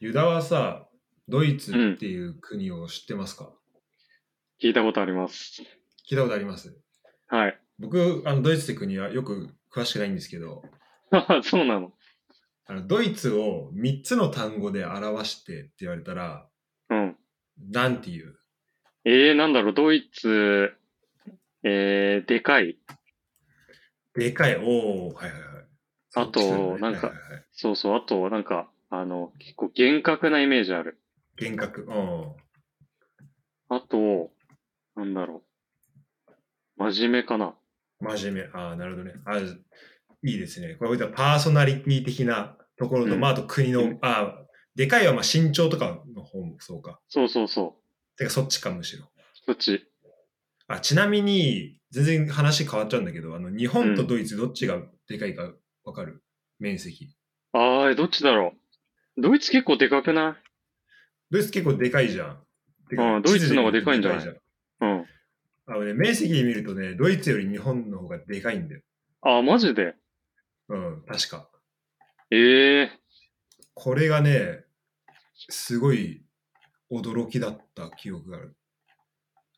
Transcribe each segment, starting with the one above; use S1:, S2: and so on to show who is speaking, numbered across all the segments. S1: ユダはさ、ドイツっていう国を知ってますか、
S2: 聞いたことあります。
S1: 聞いたことあります
S2: はい。
S1: 僕、あのドイツって国はよく詳しくないんですけど、
S2: そうなの。
S1: あのドイツを3つの単語で表してって言われたら、
S2: うん。
S1: なんていう
S2: えー、なんだろう、ドイツ、えー、でかい。
S1: でかい、おー、はいはいはい。
S2: あと
S1: そう
S2: なんか
S1: はいはいはい
S2: そうそう。あと、なんか、あの、結構厳格なイメージある。
S1: 厳格、うん。
S2: あと、なんだろう。真面目かな。
S1: 真面目。ああ、なるほどね。あいいですね。これ、パーソナリティ的なところと、
S2: うん
S1: まあ、あと国の、
S2: うん
S1: ああ、でかいはまあ身長とかの方もそうか。
S2: そうそうそ
S1: てか、そっちか、むしろ。
S2: う。そっち。
S1: あ、ちなみに、全然話変わっちゃうんだけど、あの、日本とドイツどっちがでかいかわかる面積。
S2: あー、どっちだろう。ドイツ結構でかくな
S1: ドイツ結構でかいじゃん。てか
S2: うんドイツの方がでかいんじゃない
S1: 地図で見ると
S2: いうん。
S1: でかいじゃんあのね、面積で見るとね、ドイツより日本の方がでかいんだよ。
S2: あー、マジで。
S1: うん、確か。
S2: ええ
S1: これがね、すごい驚きだった記憶がある。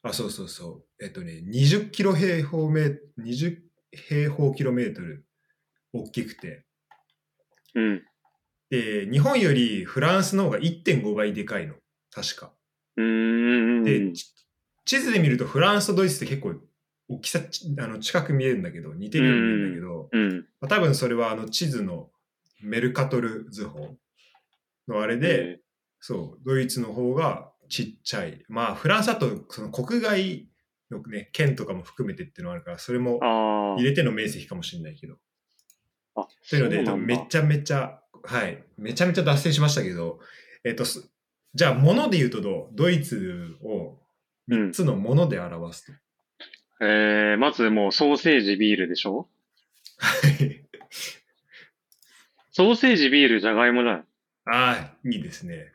S1: あ、そうそうそう。えっとね、20キロ平方メー20平方キロメートル大きくて。
S2: ー。うん。
S1: で、日本よりフランスの方が1.5倍でかいの。確か。
S2: うーん。
S1: で、ち地図で見るとフランスとドイツって結構大きさちあの近く見えるんだけど、似てるように見えるんだけど、
S2: うん。
S1: まあ、多分それはあの地図のメルカトル図法のあれで、
S2: えー、
S1: そう、ドイツの方がちっちゃい。まあ、フランスだとその国外のね、県とかも含めてっていうのがあるから、それも
S2: あ
S1: 入れての面積かもしれないけど。
S2: あ。あ、
S1: というので、多分め
S2: ゃ
S1: ちゃめちゃ、はい、めちゃめちゃ脱線しましたけど、えっと、すじゃあ、もので言うとどうドイツを3つのもので表すと。
S2: えー、まずもうソーセージ、ビールでしょ
S1: はい
S2: ソーセージ、ビール、じゃがいもだよ。
S1: ああ、いいですね。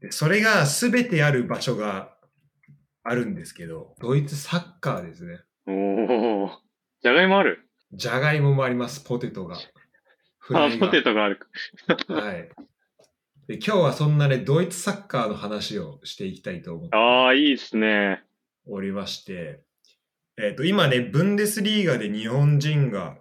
S1: でそれが全てある場所があるんですけど、ドイツサッカーですね。
S2: おー。じゃがいもある
S1: じゃがいももあります、ポテトが。フラ
S2: あ、
S1: イが
S2: ポテトがある。
S1: はい。で今日はそんなね、ドイツサッカーの話をしていきたいと思って
S2: ああ、いいっすね。
S1: おりまして、えっ、と、今ね、ブンデスリーガで日本人が、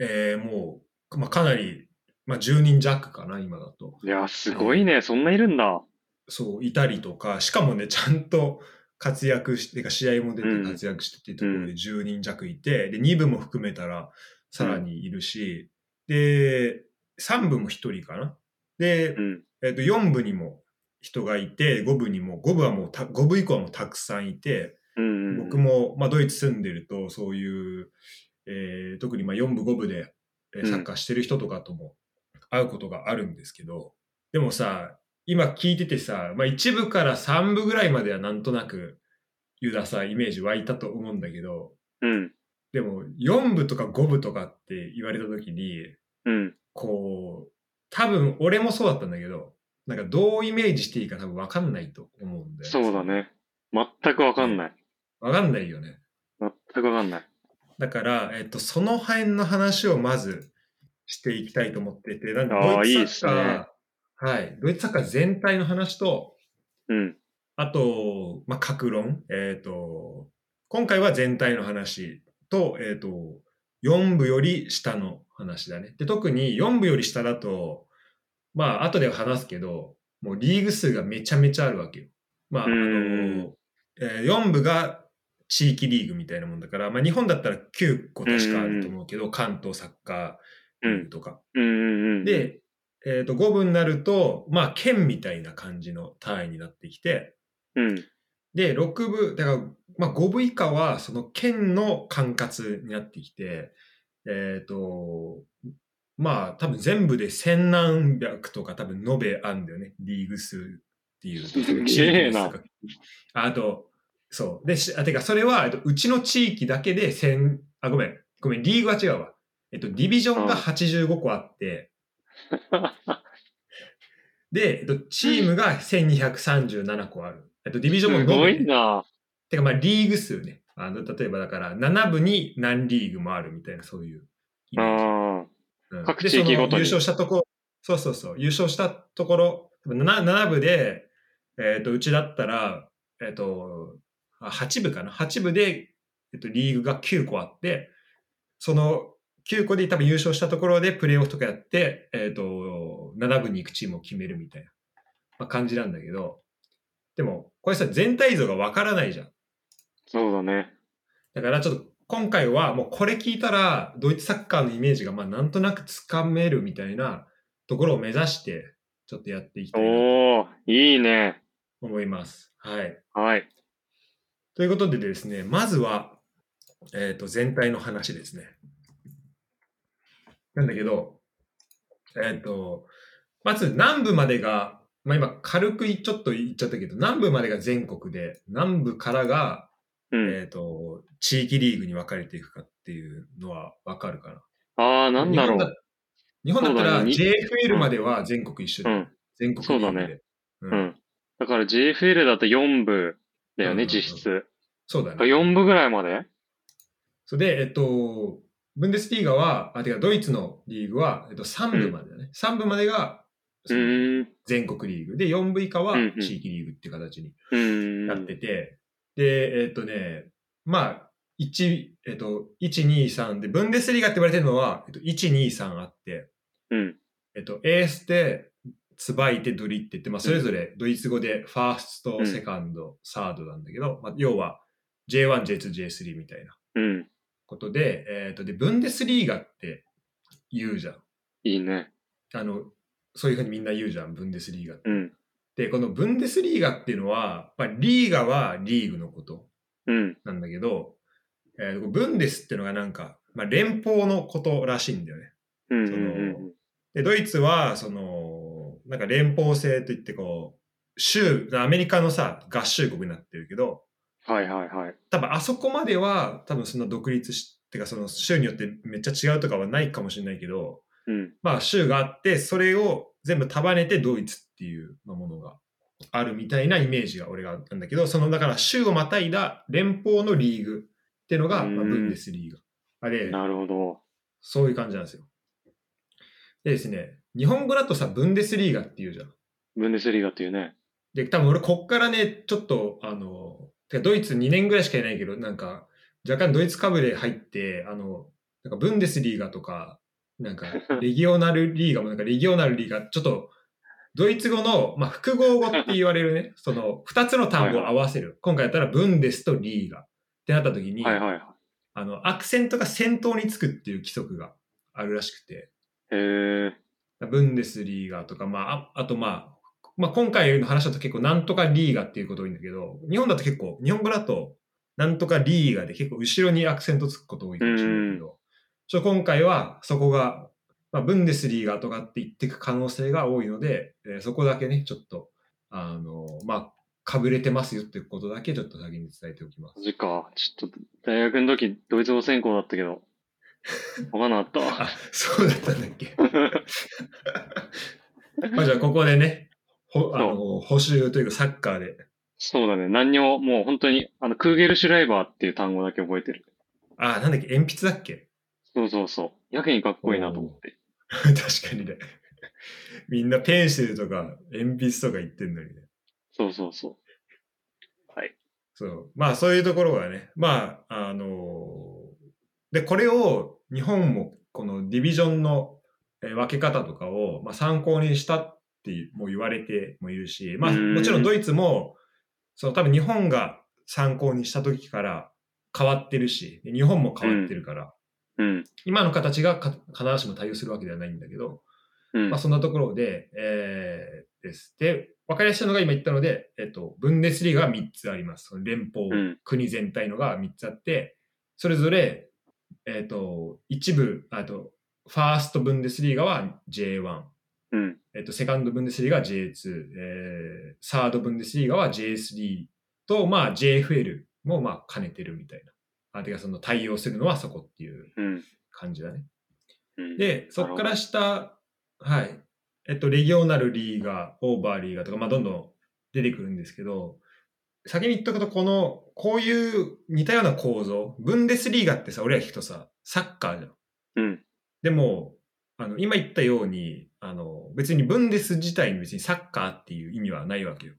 S1: えーもう、まあ、かなり、まあ、10人弱かな、今だと。
S2: いや、すごいね。そんないるんだ。
S1: そう、いたりとか、しかもね、ちゃんと活躍して、てか試合も出て活躍してっていうところで10人弱いて、で、2部も含めたらさらにいるし、で、3部も1人かな。で
S2: う、ん。
S1: えっと、4部にも人がいて、5部にも、5部はもうた、5部以降はもうたくさんいて、
S2: うんうん。
S1: 僕。も、まあ、ドイツ住んでると、そういう、えー特にまあ4部、5部でえー
S2: うん
S1: サッカーしてる人とかとも会うことがあるんですけど、でもさ、今聞いててさ、まあ、1部から3部ぐらいまではなんとなく、ユダさ、イメージ湧いたと思うんだけど、
S2: うん。
S1: でも4部とか5部とかって言われた時に、
S2: うん。
S1: こう、多分俺もそうだったんだけど、なんかどうイメージしていいか多分分かんないと思うんで。
S2: そうだ。ね。全くわかんない。
S1: 分かんないよね。
S2: 全くわかんない。
S1: だから、えっと、その辺の話をまずしていきたいと思ってて、なんで
S2: あー
S1: ドイ
S2: いいっ
S1: ツ
S2: す
S1: サッカー、
S2: ね
S1: はい、ドイツサッカー全体の話と、
S2: うん。
S1: あと、まあ、格論、えっ、と、今回は全体の話と、えっ、と、4部より下の話だね。で、特に4部より下だと、まあ、後で話すけど、もうリーグ数がめちゃめちゃあるわけよ。まあ、あ
S2: う
S1: の、
S2: ん
S1: えー4部が地域リーグみたいなもんだから、まあ、日本だったら9個確かあると思うけど、関東サッカーリ
S2: う
S1: ーグ
S2: ん。
S1: とか。
S2: うんうんうん。、
S1: で、えっ、と、5部になると、まあ、県みたいな感じの単位になってきて、
S2: うん。
S1: で、6部、だから、まあ、5部以下は、その県の管轄になってきて、えっ、と、まあ、多分全部で千何百とか多分延べあんだよね。リーグ数って いうと。
S2: すげえな
S1: あと、そう。で、しあてか、それは、えっとうちの地域だけで千、あ、ごめん。ごめん、リーグは違うわ。えっと、ディビジョンが85個あって、で、えっと、チームが1237個ある。えっと、ディビジ ョ
S2: す
S1: ンも延べ
S2: ご
S1: ね
S2: いな。
S1: てかまあリーグ数ね。あの例えばだから7部に何リーグもあるみたいなそういうイメージ。
S2: ああ。
S1: うん
S2: 各
S1: で
S2: 地
S1: そ
S2: 域
S1: の
S2: ごとに
S1: 優勝したとこ、そうそうそう、優勝したところ、7, 7部で、えっ、と、うちだったら、えっ、と、あ8部かな ?8 部で、えっ、と、リーグが9個あって、その9個で多分優勝したところでプレーオフとかやって、えっ、と、7部に行くチームを決めるみたいな、まあ、感じなんだけど、でも、これさ、全体像がわからないじゃん。
S2: そうだね。
S1: だからちょっと今回はもうこれ聞いたらドイツサッカーのイメージがまあなんとなくつかめるみたいなところを目指してちょっとやっていきたいなと
S2: おー、いいね。
S1: 思います。はい。
S2: はい。
S1: ということでですね、まずは、えっ、と、全体の話ですね。なんだけど、えっ、と、まず南部までが、まあ今軽くいちょっと言っちゃったけど、南部までが全国で、南部からが
S2: うん。
S1: えっ、と、地域リーグに分かれていくかっていうのは分かるかな。
S2: ああ、なんだろ
S1: 日本
S2: う。
S1: だ。日本だった
S2: そ
S1: ら
S2: うだね
S1: JFL までは全国一緒
S2: う
S1: で、
S2: ん。
S1: 全国リーグで。う
S2: うんん。だから JFL だと4部だよ
S1: うんうんう
S2: ね、
S1: ん
S2: 実質。
S1: そうだね。
S2: 4部ぐらいまで
S1: それで、えっ、と、ブンデスリーガは、あ、てかドイツのリーグは、えっと、3部までだね。3部までが
S2: う
S1: その
S2: ーん。
S1: 全国リーグで、4部以下は
S2: うんうん
S1: 地域リーグっていう形に
S2: う
S1: な
S2: ー
S1: っ
S2: ん
S1: て。て、で、えっ、とね、まあ、1、えっ、と、1、2、3で、ブンデスリーガって言われてるのは、えっと、1、2、3あって、
S2: うん。
S1: えっと、エースで、ツバイテ、ドリって言って、まあ、それぞれドイツ語でファースト、
S2: うん
S1: セカンド、サードなんだけど、まあ、要は J1、J2、J3 みたいな
S2: うん。
S1: ことで、えっと、で、ブンデスリーガって言うじゃん。
S2: いいね。
S1: あの、そういうふうにみんな言うじゃん、ブンデスリーガって。
S2: うん。
S1: で、このブンデスリーガっていうのは、まあ、リーガはリーグのこと
S2: うん。
S1: なんだけど、えーブンデスっていうのがなんか、まあ、連邦のことらしいんだよね。
S2: うん。
S1: その
S2: うん
S1: で、ドイツは、その、なんか連邦制といってこう、州、アメリカのさ、合衆国になってるけど、
S2: はいはいはい。
S1: 多分あそこまでは、多分そんな独立し、てかその州によってめっちゃ違うとかはないかもしれないけど、
S2: うん。
S1: まあ州があって、それを全部束ねてドイツっていうものがあるみたいなイメージが俺があったんだけど、そのだから州をまたいだ連邦のリーグっていうのが、まあ、
S2: うん
S1: ブンデスリーガ。あれ、
S2: なるほど。
S1: そういう感じなんですよ。でですね、日本語だとさ、ブンデスリーガっていうじゃん。
S2: ブンデスリーガっていうね。
S1: で、多分俺こっからね、ちょっと、あの、てかドイツ2年ぐらいしかいないけど、なんか、若干ドイツかぶれ入って、あの、なんかブンデスリーガとか、なん か、レギオナルリーガも、なんかレギオナルリーガ、ちょっと、ドイツ語の、まあ、複合語って言われる ね、その、2つの単語を合わせる。今回やったら、ブンデスとリーガってなった時に、
S2: はいはいはい。
S1: あの、アクセントが先頭につくっていう規則があるらしくて、
S2: へえ。
S1: ブンデスリーガとか、まあ、ああとまあ、まあ今回の話だと結構なんとかリーガっていうことが多いんだけど、日本だと結構、日本語だとなんとかリーガで結構後ろにアクセントつくこと多いかもしれないけど、ちょっと今回はそこが、まあ、ブンデスリーガとかって言ってく可能性が多いので、えーそこだけね、ちょっと、あの、まあ、かぶれてますよってことだけちょっと先に伝えておきます
S2: マ。ジか。ちょっと、大学の時、ドイツ語専攻だったけど、 わかんなか
S1: あ
S2: っ、
S1: そうだったんだっけ。
S2: た。
S1: まあじゃあここでね、ほあ
S2: そう
S1: の補習というかサッカーで
S2: そうだね。何にも、もう本当に、あの、クーゲルシュライバーっていう単語だけ覚えてる。
S1: あ、なんだっけ、鉛筆だっけ
S2: そうそうそう。やけにかっこいいなと思って。
S1: 確かにね。みんなペンシルとか鉛筆とか言ってんのにね。
S2: そうそうそう。
S1: そう。まあそういうところがね。まあ、あのーで、これを日本もこのディビジョンのえー分け方とかを、まあ、参考にしたっていうもう言われてもいるし、まあ
S2: うん
S1: もちろんドイツも、その多分日本が参考にした時から変わってるし、で日本も変わってるから、
S2: うん。
S1: 今の形がか必ずしも対応するわけではないんだけど、
S2: うん。
S1: まあ、そんなところで、えーです。で、分かりやすいのが今言ったので、えっと、ブンデスリーガが3つあります。その連邦、
S2: うん
S1: 国全体のが3つあって、それぞれ、えっと、一部、あと、ファーストブンデスリーガは J1、
S2: うん。
S1: えっと、セカンドブンデスリーガは J2、えーサードブンデスリーガは J3 と、まあ、JFL も、まあ、兼ねてるみたいな。あ、てか、その対応するのはそこっていう
S2: うん。
S1: 感じだね。
S2: うん。
S1: で、そこから下、はい。えっと、レギオナルリーガー、オーバーリーガーとか、まあ、どんどん出てくるんですけど、先に言っとくと、この、こういう似たような構造、ブンデスリーガってさ、俺ら聞くとさ、サッカーじゃん。
S2: うん。
S1: でも、あの今言ったようにあの別にブンデス自体に別にサッカーっていう意味はないわけよ。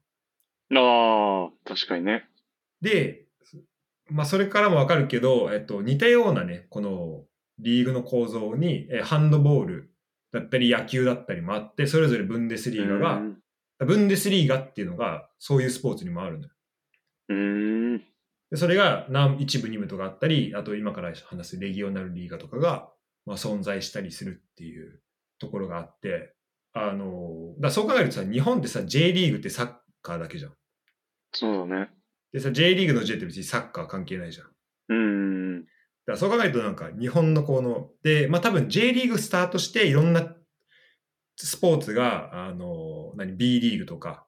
S2: ああ、確かにね。
S1: で、まあ、それからもわかるけど、えっと、似たようなね、このリーグの構造に、えハンドボールだったり野球だったりもあって、それぞれブンデスリーガが
S2: う、ん
S1: ブンデスリーガっていうのがそういうスポーツにもあるのよ。
S2: うーん。
S1: でそれが何一部二部とかあったり、あと今から話すレギオナルリーガとかが、まあ、存在したりするっていうところがあって、あの、だからそう考えるとさ、日本ってさ、J リーグってサッカーだけじゃん。
S2: そうだね。
S1: でさ、J リーグの J って別にサッカー関係ないじゃん。だ
S2: うーん。
S1: からそう考えるとなんか日本のこの、で、まあ多分 J リーグスタートしていろんなスポーツが、あの、何、B リーグとか、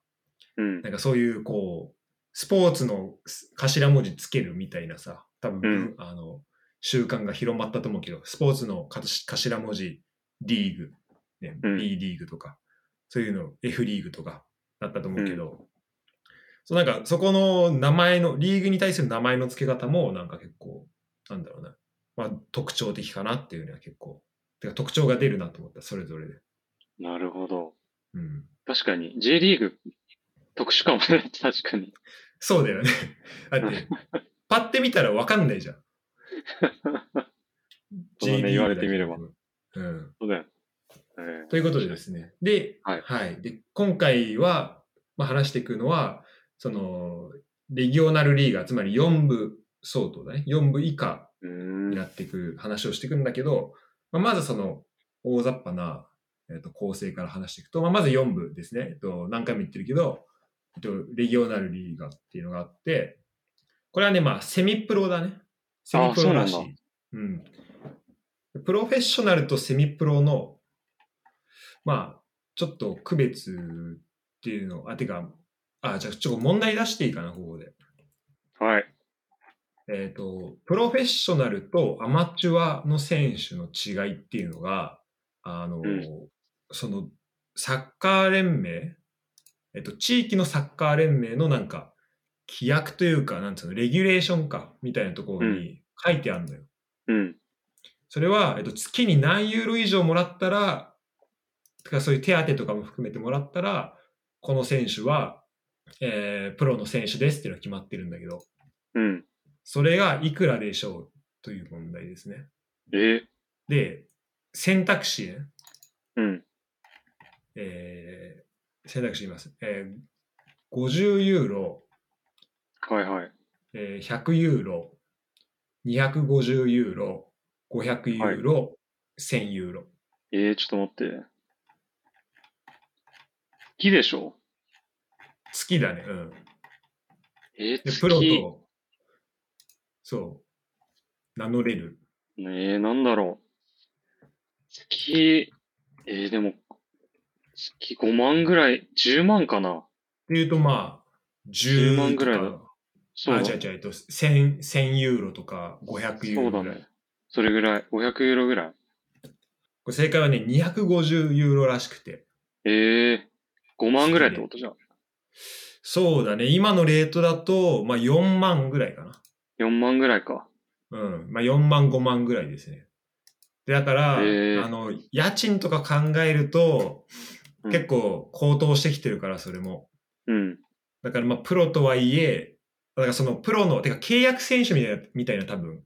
S2: うん
S1: な。んかそういうこう、スポーツのす頭文字つけるみたいなさ、多分、あの、習慣が広まったと思うけど、スポーツのかたし頭文字リーグ、ね、
S2: うん
S1: B リーグとか、そういうの F リーグとかだったと思うけど、そうなんかそこの名前の、リーグに対する名前の付け方もなんか結構、なんだろうな、まあ特徴的かなっていうのは結構、てか特徴が出るなと思った、それぞれで。
S2: なるほど。
S1: うん。
S2: 確かに、J リーグ、特殊かもね。 確か に。
S1: そうだよね。だ って、パッて見たらわかんないじゃん。
S2: そうだね
S1: JB
S2: 言われてみれば
S1: うん。
S2: そうだよ。えー
S1: ということでですね。で、
S2: はい
S1: で、今回は、まあ、話していくのは、その、レギオナルリーガー、つまり4部相当だね。4部以下
S2: うー
S1: に
S2: ん。
S1: なっていく話をしていくんだけど、まあ、まずその大雑把な、えっと構成から話していくと、まあ、まず4部ですね、えっと、何回も言ってるけど、えっと、レギオナルリーガっていうのがあって、これはね、まあ、セミプロだね。セミプロらしい。
S2: あそう
S1: うん。プロフェッショナルとセミプロの、まあ、ちょっと区別っていうの、あ、てか、あ、じゃあちょっと問題出していいかな、ここで。
S2: はい。
S1: えっ、と、プロフェッショナルとアマチュアの選手の違いっていうのが、あの、
S2: うん
S1: その、サッカー連盟、えっ、と、地域のサッカー連盟のなんか、規約というか、なんつうの、レギュレーションか、みたいなところ
S2: う
S1: に書いてあるのよ。
S2: うん。
S1: それは、えっ、と、月に何ユーロ以上もらったら、とかそういう手当とかも含めてもらったら、この選手は、えープロの選手ですっていうのが決まってるんだけど、
S2: うん。
S1: それがいくらでしょうという問題ですね。
S2: えー
S1: で、選択肢ね、
S2: うん。
S1: えー選択肢言います。えー50ユーロ、
S2: はいはい。
S1: えー100ユーロ、250ユーロ、500ユーロ、1000ユーロ。
S2: えー、ちょっと待って。月でしょ
S1: 月だね。うん。
S2: えー、
S1: で、
S2: 月。
S1: プロと、そう、名乗れる。
S2: えー、なんだろう。月、えー、でも、月5万ぐらい、10万かな
S1: っていうと、まあ、
S2: 10
S1: 10
S2: 万ぐらいだ
S1: とか
S2: そう
S1: あ、
S2: だ。
S1: 違う違う、えっと、1000、1000ユーロとか500ユー
S2: そ
S1: ロ
S2: うだ
S1: ぐらい
S2: ね。。それぐらい。500ユーロぐらい。
S1: これ正解はね、250ユーロらしくて。
S2: えー、5万ぐらいってことじゃん。
S1: そうだね、今のレートだと、まあ4万ぐらいかな。
S2: 4万ぐらいか。
S1: うん。まあ4万、5万ぐらいですね。でだから、
S2: へー
S1: あの、家賃とか考えると、
S2: うん
S1: 結構高騰してきてるから、それも。
S2: うん。
S1: だからまあプロとはいえ、だからそのプロの、てか契約選手みたいな、みたいな多分、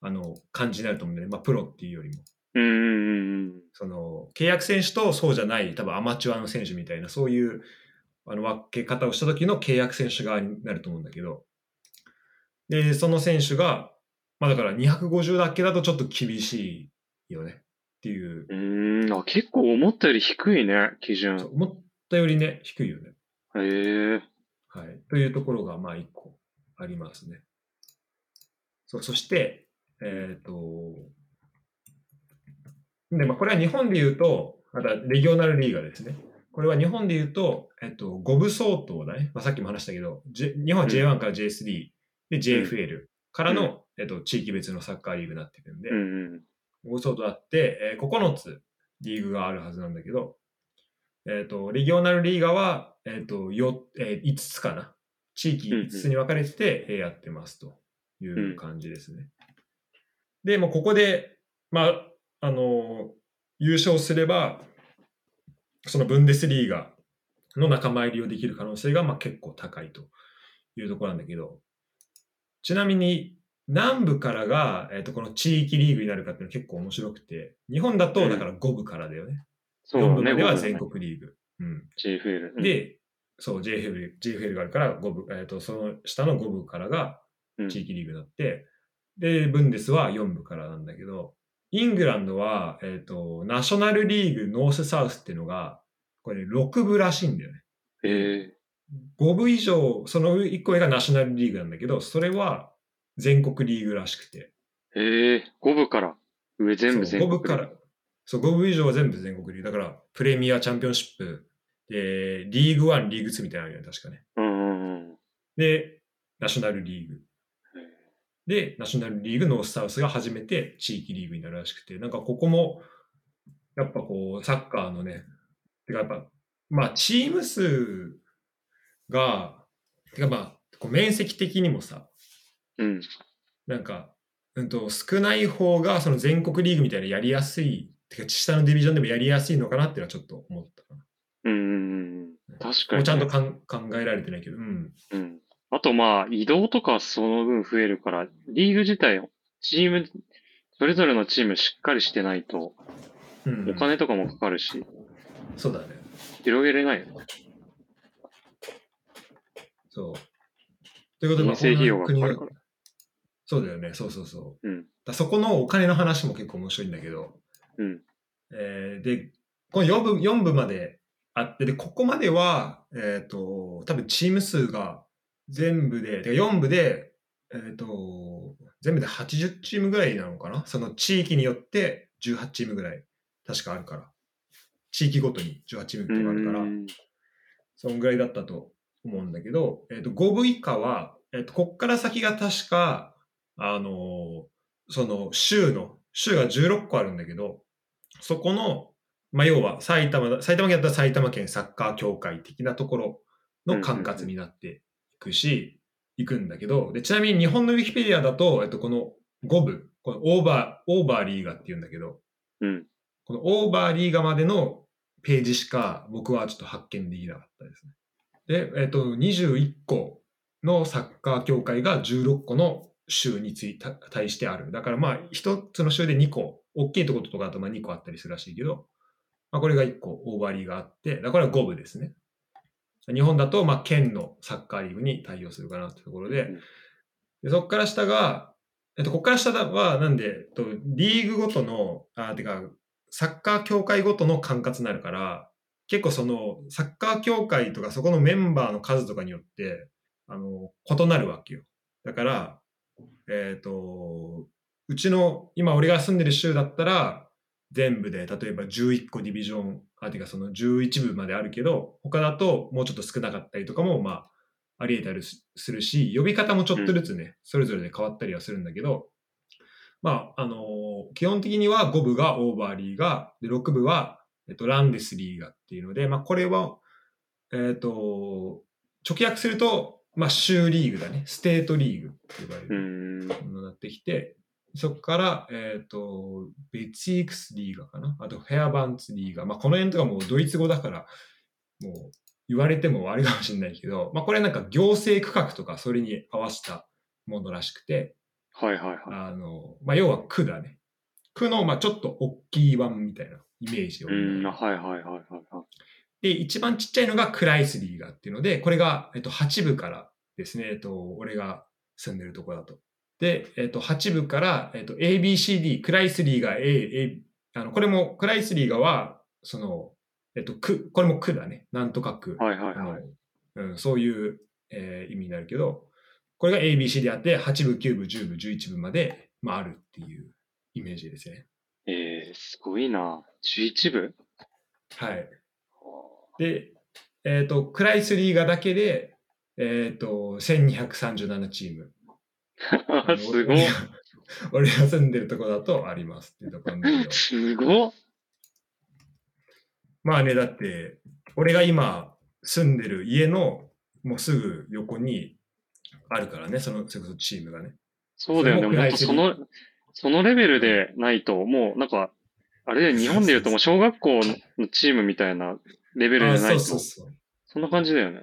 S1: あの、感じになると思うんだよね。まあプロっていうよりも。
S2: うんうんうん
S1: その契約選手とそうじゃない多分アマチュアの選手みたいなそういうあの分け方をした時の契約選手側になると思うんだけどでその選手が、まあ、だから250だけだとちょっと厳しいよねっていう
S2: うん。うーん、あ、結構思ったより低いね、基準。
S1: そう思ったよりね低いよね、
S2: えー、
S1: はい、というところがまあ一個ありますねそうそしてえっ、とで、まあ、これは日本で言うと、またレギオナルリーガですね。これは日本で言うと、えっと、5部相当だね。まあ、さっきも話したけど、J- 日本は J1 から J3 で JFL からの、えっと、地域別のサッカーリーグになってるんで、
S2: うんうん。
S1: 5相当あって、えー9つリーグがあるはずなんだけど、えっと、レギオナルリーガは、えっと、よえー5つかな。地域5つに分かれてて、えーやってますという感じですね。で、もうここで、まあ、あの優勝すれば、そのブンデスリーガの仲間入りをできる可能性がまあ結構高いというところなんだけど、ちなみに南部からが、えっとこの地域リーグになるかっていうのは結構面白くて、日本だとだから5部からだよね。
S2: そう
S1: 4
S2: だ
S1: 部
S2: ね、
S1: までは全国リーグ。うん、
S2: JFL。うん、
S1: で、そう、JFL, JFL があるから5部、えっとその下の5部からが
S2: うん
S1: 地域リーグになって、で、ブンデスは4部からなんだけど、イングランドは、えっ、と、ナショナルリーグノースサウスっていうのが、これ6部らしいんだよね。
S2: え
S1: 5部以上、その1個上がナショナルリーグなんだけど、それは全国リーグらしくて。
S2: ー、えー、5部から、上全部
S1: そ
S2: 全
S1: う
S2: 国。
S1: 5部から。、そう、5部以上は全部全国リーグ。だから、プレミア、チャンピオンシップ、で、リーグ1、リーグ2みたいなのあるよね、確かね。
S2: うんうんうん。
S1: で、ナショナルリーグ。で、ナショナルリーグノースサウスが初めて地域リーグになるらしくて、なんかここも、やっぱこう、サッカーのね、てかやっぱ、まあ、チーム数が、てかまあ、こう面積的にもさ、
S2: うん。
S1: なんか、うんと、少ない方が、その全国リーグみたいなやりやすい、てか、下のディビジョンでもやりやすいのかなっていうのはちょっと思ったかな。
S2: うんうんうん。確か
S1: もう
S2: に。
S1: ちゃんとかん考えられてないけど、うん。
S2: うん。あとまあ、移動とかその分増えるから、リーグ自体を、チーム、それぞれのチームしっかりしてないと、
S1: うん、
S2: お金とかもかかるし、
S1: そうだね。
S2: 広げれないよね。
S1: そう。ということで、まあ
S2: 遠征費用が
S1: こんな
S2: かかる
S1: そうだよね、そうそうそう。
S2: うん。
S1: だそこのお金の話も結構面白いんだけど、
S2: うん。
S1: えーで、この4部、四部まであって、で、ここまでは、えっ、と、多分チーム数が全部で、てか4部で、えっ、と、全部で80チームぐらいなのかなその地域によって18チームぐらい、確かあるから。地域ごとに18チームっていうのがあるから、
S2: うん
S1: そんぐらいだったと思うんだけど、えっと5部以下は、えっとこっから先が確か、あのーその州の、州が16個あるんだけど、そこの、まあ、要は埼玉だ、埼玉県だったら埼玉県サッカー協会的なところの管轄になっていくし、いくんだけど、で、ちなみに日本のウィキペディアだと、えっと、この5部、このオーバー、オーバーリーガって言うんだけど、
S2: うん。
S1: このオーバーリーガまでのページしか僕はちょっと発見できなかったですね。で、えっと、21個のサッカー協会が16個の州についた対してある。だからまあ、一つの州で2個、大きいところとかだとまあ2個あったりするらしいけど、まあ、これが1個オーバーリーガあって、だからこれは5部ですね。日本だとまあ県のサッカーリーグに対応するかなってところで、
S2: うん
S1: でそこから下が、えっと、ここから下は、なんで、えっと、リーグごとの、あ、てか、サッカー協会ごとの管轄になるから、結構その、サッカー協会とかそこのメンバーの数とかによって、あの、異なるわけよ。だから、えっ、と、うちの、今俺が住んでる州だったら、全部で、例えば11個ディビジョン、あ、てかその11部まであるけど、他だともうちょっと少なかったりとかも、まあ、あり得たりすするし、呼び方もちょっとずつね、それぞれで変わったりはするんだけど、まあ、あのー基本的には5部がオーバーリーガー、で、6部は、えっと、ランデスリーガーっていうので、まあ、これは、えっ、と、直訳すると、まあ、州リーグだね。ステートリーグって呼ばれ
S2: う
S1: る
S2: ん。
S1: ものになってきて、そこから、えっ、と、ベツイクスリーガーかな。あと、フェアバンツリーガー。まあ、この辺とかもうドイツ語だから、もう言われてもあれかもしれないけど、まあ、これなんか行政区画とかそれに合わせたものらしくて、
S2: はいはいは
S1: あの、まあ、要は区だね。区の、まあ、ちょっと大きい版みたいなイメージを
S2: い。うん。はいはいはいはいは
S1: で、一番ちっちゃいのがクライスリーガーっていうので、これが、えっと、8部からですね、えっと、俺が住んでるとこだと。で、えっと、8部から、えっと、ABCD、クライスリーガー A、A、あの、これも、クライスリーガーは、その、えっと、区、これも区だね。なんとか区。
S2: い。はいはい
S1: あの
S2: はい。
S1: うん、そういう、えー意味になるけど、これが ABC であって、8部、9部、10部、11部まで、まあ、あるっていうイメージですね。
S2: えー、すごいな。11部
S1: はい。で、えっ、と、クライスリーガだけで、えっ、と、1237チーム。
S2: すご
S1: い
S2: い。。
S1: 俺が住んでるとこだとありますっていうところ なんだけど。
S2: すごっ
S1: まあね、だって、俺が今住んでる家のもうすぐ横にあるからね、その、それこそチームがね。
S2: そうだよね。
S1: それも
S2: もっとその、そのレベルでないと、もうなんか、あれだよ、日本で言うともう小学校のチームみたいなレベル
S1: あ
S2: じゃない
S1: そ
S2: と。
S1: う
S2: そ
S1: そうそうん
S2: な感じだよね。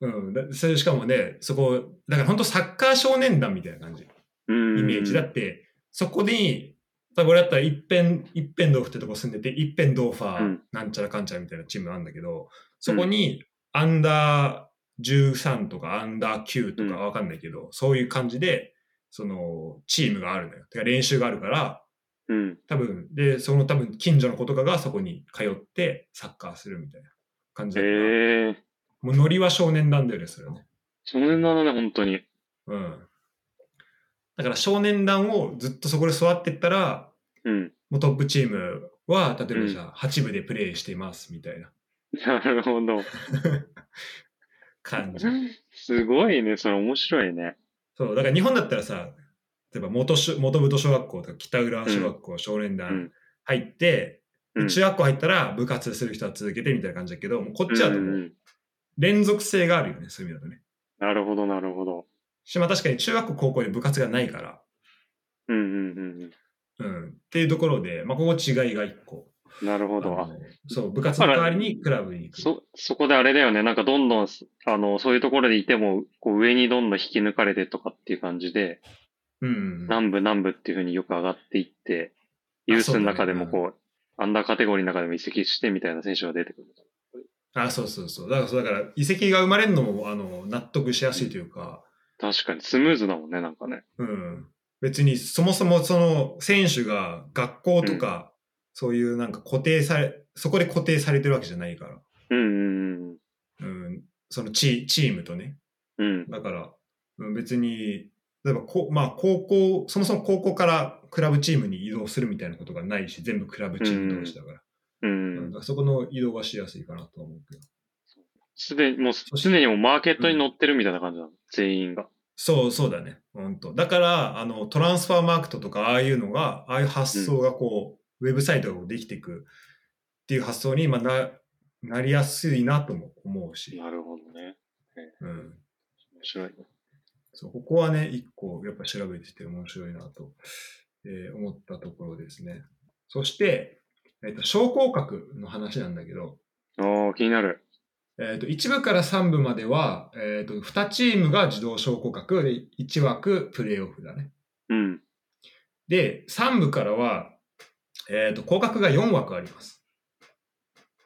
S1: うん、だそれしかもね、そこ、だから本当サッカー少年団みたいな感じ、イ
S2: うん。
S1: メージ。だって、そこに、多分俺だったら一辺、一辺豆腐ってとこ住んでて、一辺豆腐ァー
S2: うん
S1: なんちゃらかんちゃらみたいなチームなんだけど、そこにアンダー13とかアンダー9とか
S2: うん
S1: わかんないけど、そういう感じで、その、チームがあるのよ。てか練習があるから、
S2: うん。
S1: 多分、で、その多分近所の子とかがそこに通ってサッカーするみたいな感じ
S2: ええ
S1: だから、
S2: ー。
S1: もうノリは少年団だよね、それはね。
S2: 少年だね、本当に。
S1: うん。だから少年団をずっとそこで育ってったら、
S2: うん。
S1: もうトップチームは、例えばじゃあ、8部でプレイしていますみたいな
S2: なるほど。
S1: 感じ。
S2: すごいね、それ面白いね。
S1: そう、だから日本だったらさ、例えば元し元部と小学校とか北浦小学校少年
S2: う
S1: 団
S2: ん
S1: 入って、
S2: う
S1: で中学校入ったら部活する人は続けてみたいな感じだけど、もうこっちだと
S2: うん
S1: も
S2: う
S1: うん連続性があるよね、そういう意味だとね。
S2: なるほど、なるほど。
S1: しまあ確かに中学校高校で部活がないから、
S2: うんうんうん
S1: うん、っていうところで、まあここ違いが一個。
S2: うん。なるほ
S1: あ
S2: ど。あ
S1: のそう、部活の代わりにクラブに行く。
S2: そ、そこであれだよね。なんかどんどん、あの、そういうところでいても、こう上にどんどん引き抜かれてとかっていう感じで、
S1: うん。
S2: 南部南部っていうふうによく上がっていって、ユースの中でもこう、アンダーカテゴリーの中でも移籍してみたいな選手が出てくる。
S1: あ、そうそうそう。だから、そうだから、遺跡が生まれるのも、あの、納得しやすいというか、
S2: 確かに、スムーズだもんね、なんかね。
S1: うん。別に、そもそも、その、選手が学校とか、そういうなんか固定され、そこで固定されてるわけじゃないから、
S2: うんうん
S1: うん。そのチ、チームとね。
S2: うん。うん。
S1: だから、うん別に、例えば、こまあ、高校、そもそも高校からクラブチームに移動するみたいなことがないし、全部クラブチーム同士だから。
S2: う
S1: うんだ。
S2: ん
S1: からそこの移動はしやすいかなとは思うけど。
S2: すでに、もうすでにもうマーケットに乗ってるみたいな感じなの、全員が。
S1: そうそうだね。本当。だから、あの、トランスファーマーケットとか、ああいうのが、ああいう発想がこう、ウェブサイトができていくっていう発想に、まあ、な、なりやすいなとも思うし。
S2: なるほどね。
S1: うん。
S2: 面白い。
S1: そう、ここはね、一個、やっぱ調べてて面白いなと、えー思ったところですね。そして、えっ、と、昇降格の話なんだけど、
S2: ああ、気になる。
S1: えっ、と、1部から3部までは、えっ、と、2チームが自動昇降格で、1枠プレイオフだね。
S2: うん。
S1: で、3部からは、えっ、と、広角が4枠あります。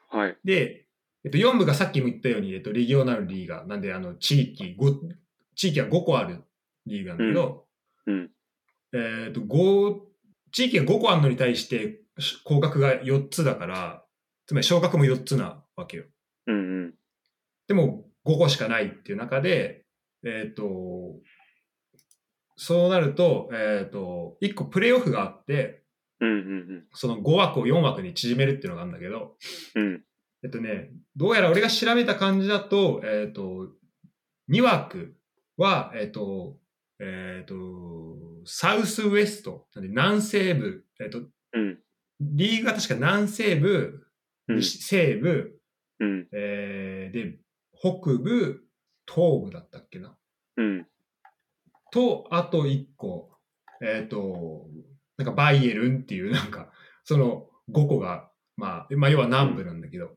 S2: はい。
S1: で、えっと、4部がさっきも言ったように、えっと、リギオナルリーガー。なんで、あの、地域、ご地域が5個あるリーガーなんだけど、
S2: うん。
S1: えっと、五地域が5個あるのに対して、広角が4つだから、つまり昇格も4つなわけよ。
S2: うんうん。
S1: でも、5個しかないっていう中で、えっ、と、そうなると、えっ、と、1個プレイオフがあって、
S2: うんうん
S1: その5枠を4枠に縮めるっていうのがあるんだけど、
S2: うん。うん。
S1: えっとね、どうやら俺が調べた感じだと、えっ、と、2枠は、えっ、と、えっ、と、サウスウエスト、なんで南西部、えっ、と、
S2: うん。
S1: リーグが確か南西部、
S2: うん。
S1: 西西部、
S2: うん。
S1: えーで、北部、東部だったっけな。
S2: うん。
S1: と、あと1個、えっ、と、なんかバイエルンっていう、なんか、その5個が、まあ、まあ、要は南部なんだけど、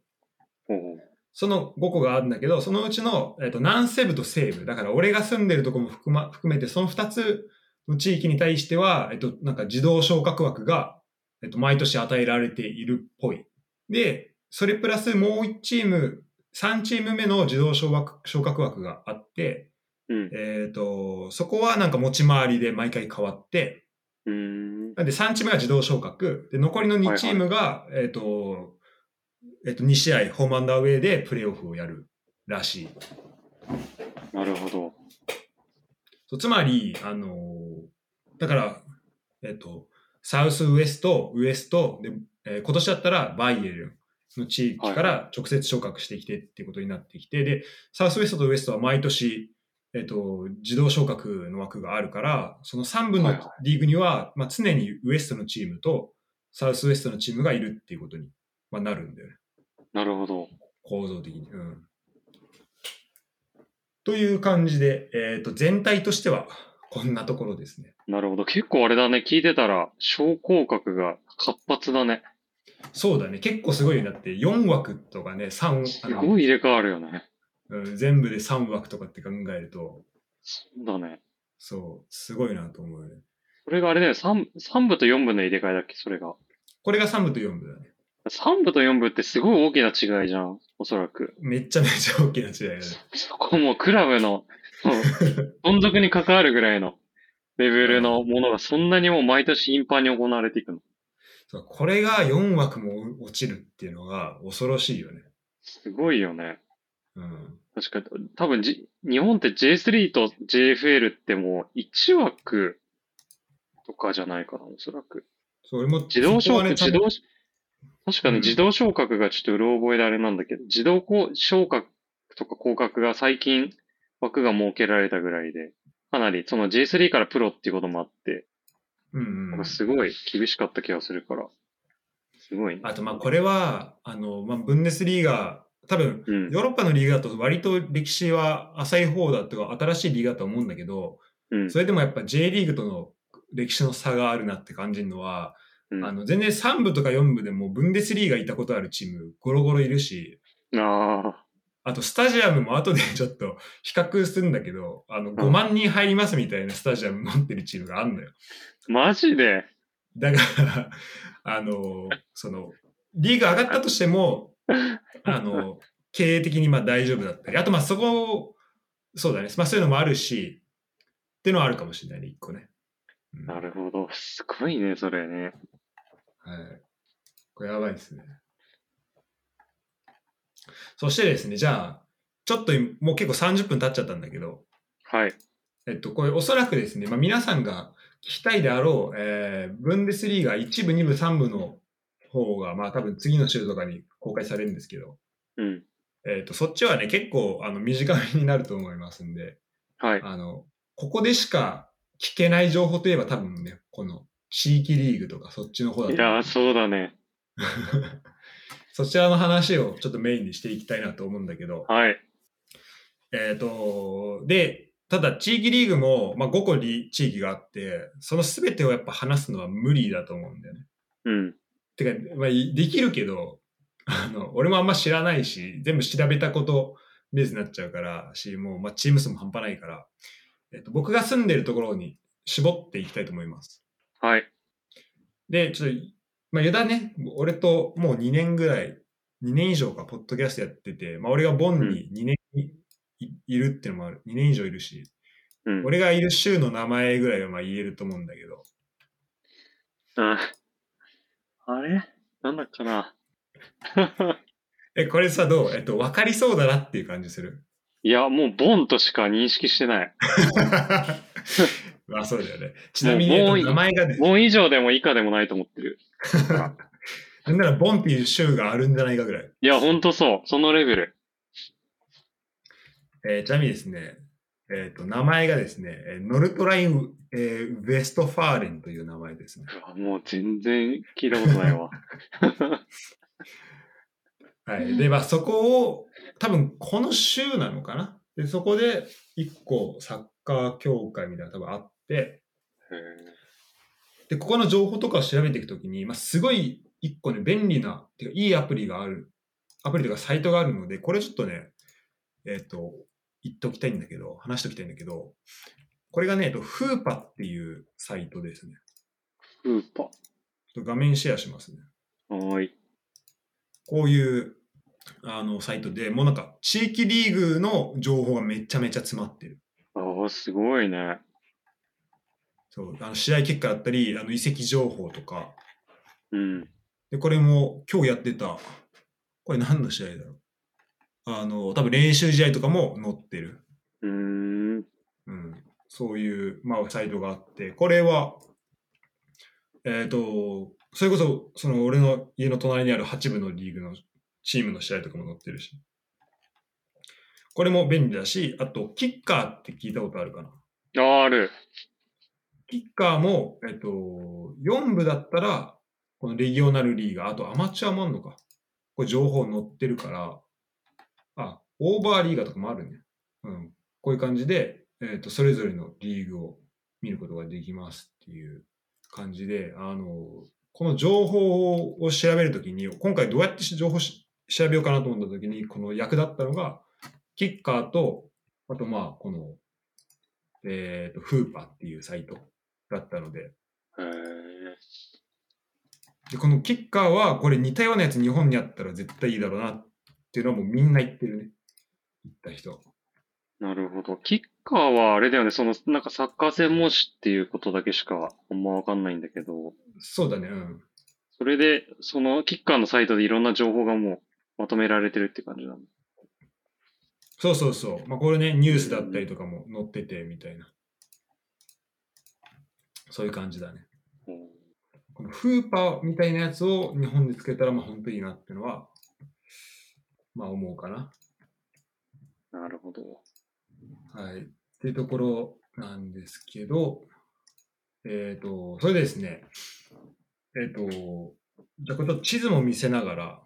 S2: ほうほう
S1: その5個があるんだけど、そのうちの、えっと南西部と西部、だから俺が住んでるとこも含,、ま、含めて、その2つの地域に対しては、えっとなんか自動昇格枠が、えっと毎年与えられているっぽい。で、それプラスもう1チーム、3チーム目の自動昇格昇格枠があって、
S2: うん。
S1: えっとそこはなんか持ち回りで毎回変わって、
S2: うーん。
S1: なんで3チームが自動昇格。で、残りの2チームが、えっ、と、えっ、と、2試合、ホームアンダーウェイでプレーオフをやるらしい。
S2: なるほど。
S1: そうつまり、あのーだから、えっ、と、サウスウエスト、ウエスト、で、えー今年だったらバイエルンの地域から直接昇格してきてっていうことになってきて、で、サウスウエストとウエストは毎年、えっ、と、自動昇格の枠があるから、その3分の
S2: はいはい
S1: リーグには、まあ常にウエストのチームとサウスウエストのチームがいるっていうことに、まあ、なるんだよね。
S2: なるほど。
S1: 構造的に。うん。という感じで、えっ、と、全体としては、こんなところですね。
S2: なるほど。結構あれだね。聞いてたら、昇降角が活発だね。
S1: そうだね。結構すごいよねだって、4枠とかね、3、
S2: す
S1: あの
S2: ごい入れ替わるよね。
S1: うん全部で3枠とかって考えると、
S2: そうだね。
S1: そう、すごいなと思うよね。
S2: これがあれだよ、3, 三部と4部の入れ替えだっけ、それが。
S1: これが3部と4部だね。
S2: 3部と4部ってすごい大きな違いじゃん、おそらく。
S1: めっちゃめちゃ大きな違いだね。
S2: そこもうクラ ブの、もう存続に関わるぐらいのレベルのものがそんなにもう毎年頻繁に行われていくの。
S1: そうこれが4枠も落ちるっていうのが恐ろしいよね。
S2: すごいよね。
S1: うん。
S2: 確か、多分じ、日本って J3 と JFL ってもう1枠とかじゃないかな、おそらく。
S1: そう俺も
S2: 自動
S1: そこは
S2: 昇格、
S1: ね
S2: 自動、確か
S1: うん
S2: ね、自動昇格がちょっとうろ覚えであれなんだけど、自動こう昇格とか降格が最近枠が設けられたぐらいで、かなりその J3 からプロっていうこともあって、
S1: うん
S2: な
S1: うんん
S2: か。すごい厳しかった気がするから、すごいね。
S1: あと、まあ、これは、あの、まあ、ブンデスリーガ、多分、
S2: うん。
S1: ヨーロッパのリーガだと割と歴史は浅い方だとか、新しいリーガだと思うんだけど、
S2: うん
S1: そ。れでもやっぱ J リーグとの歴史の差があるなって感じるのは、
S2: うん
S1: あの、全然3部とか4部でもブンデスリーガいたことあるチーム、ゴロゴロいるし、
S2: ああ、
S1: あと、スタジアムも後でちょっと比較するんだけど、あの、5万人入りますみたいなスタジアム持ってるチームがあるのよ。
S2: マジで
S1: だから、あの、その、リーグ上がったとしても、あの、経営的にまあ大丈夫だったり、あとまあそこを、そうだね、まあそういうのもあるし、っていうのはあるかもしれないね、一個ね。うん
S2: なるほど。すごいね、それね。
S1: はい。これやばいですね。そしてですね、じゃあ、ちょっと今もう結構30分経っちゃったんだけど、
S2: はい。
S1: えっと、これおそらくですね、まあ、皆さんが聞きたいであろう、えー、ブンデスリーガ1部、2部、3部の方が、まあ多分次の週とかに公開されるんですけど、
S2: うん。
S1: えっと、そっちはね、結構あの短めになると思いますんで、
S2: はい。
S1: あの、ここでしか聞けない情報といえば多分ね、この地域リーグとかそっちの方だと
S2: い
S1: 思
S2: やー、そうだね。
S1: そちらの話をちょっとメインにしていきたいなと思うんだけど、
S2: はい。
S1: えっ、と、で、ただ地域リーグも、まあ、5個リ地域があって、その全てをやっぱ話すのは無理だと思うんだよね。
S2: うん。
S1: てか、まあ、いできるけど、あの、俺もあんま知らないし、全部調べたことベースになっちゃうから、し、もう、まあ、チーム数も半端ないから、えっ、と、僕が住んでるところに絞っていきたいと思います。
S2: はい。
S1: で、ちょっと、まあ、ユダね、俺ともう2年ぐらい、2年以上か、ポッドキャストやってて、まあ、俺がボンに2年い,、いるってのもある。2年以上いるし、
S2: うん。
S1: 俺がいる州の名前ぐらいはまあ言えると思うんだけど、
S2: ああれなんだっかな
S1: え、これさ、どうえっと、わかりそうだなっていう感じする。
S2: いや、もうボンとしか認識し てない。
S1: まあ、そうだよね。ちなみに、えっ
S2: もう
S1: と名前がね、
S2: ボン以上でも以下でもないと思ってる。
S1: なんならボンっていう州があるんじゃないかぐらい。
S2: いや、ほんとそう。そのレベル。
S1: えーちなみにですね、えっと、名前がですね、えーノルトライン、えーウェストファーレンという名前ですね。
S2: うわもう全然聞いたことないわ。
S1: はい。で、まあ、そこを、多分この週なのかな。で、そこで、一個サッカー協会みたいなの多分あって、
S2: へ
S1: で、ここの情報とかを調べていくときに、まあ、すごい一個ね、便利な、てかいいアプリがある、アプリとかサイトがあるので、これちょっとね、えっ、と、言っておきたいんだけど、話しておきたいんだけど、これがね、えっと、フーパっていうサイトですね。
S2: ーウーパ
S1: ちょっと画面シェアしますね。
S2: ー。はーい。
S1: こういう、あの、サイトで、もうなんか、地域リーグの情報がめちゃめちゃ詰まってる。
S2: ああ、すごいね。
S1: そうあの試合結果だったり、あの移籍情報とか、
S2: うん。
S1: でこれも今日やってた、これ何の試合だろう。あの、多分練習試合とかも載ってる。
S2: うーん。
S1: うん。そういう、まあ、サイトがあって、これは、えっ、と、それこそ、その俺の家の隣にある8部のリーグのチームの試合とかも載ってるし。これも便利だし、あと、キッカーって聞いたことあるかな。
S2: あーある。
S1: キッカーも、えっと、4部だったら、このレギオナルリーガー、あとアマチュアもあんのか。これ情報載ってるから、あ、オーバーリーガーとかもあるね。うん。こういう感じで、えっと、それぞれのリーグを見ることができますっていう感じで、あの、この情報を調べるときに、今回どうやって情報し調べようかなと思ったときに、この役立ったのが、キッカーと、あとまあ、この、えっ、と、フーパーっていうサイトだったので、
S2: へー
S1: で、このキッカーは、これ似たようなやつ日本にあったら絶対いいだろうなっていうのはもうみんな言ってるね。言った人。
S2: なるほど。キッカーはあれだよね、その、なんかサッカー専門誌っていうことだけしかあんまわかんないんだけど、
S1: そうだね、うん。
S2: それで、そのキッカーのサイトでいろんな情報がもうまとめられてるって感じなの。
S1: そうそうそう。まあ、これね、ニュースだったりとかも載ってて、みたいな。そういう感じだね。
S2: うん
S1: このフーパーみたいなやつを日本でつけたら、まあ、本当にいいなってのは、まあ、思うかな。
S2: なるほど。
S1: はい。っていうところなんですけど、えっ、と、それでですね、えっ、と、じゃあこれちょっと地図も見せながら、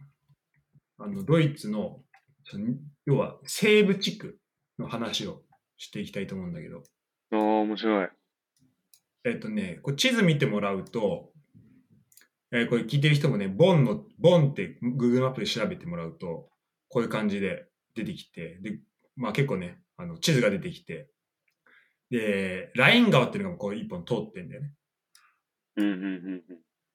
S1: あの、ドイツの、その要は西部地区の話をしていきたいと思うんだけど、
S2: ああ、面白い。
S1: えっ、とね、こう地図見てもらうと、えーこれ聞いてる人もね、ボンの、ボンって Google マップで調べてもらうと、こういう感じで出てきて、で、まあ結構ね、あの、地図が出てきて、で、ライン川っていうのがこう一本通ってんだよね。
S2: うんうんうんうん。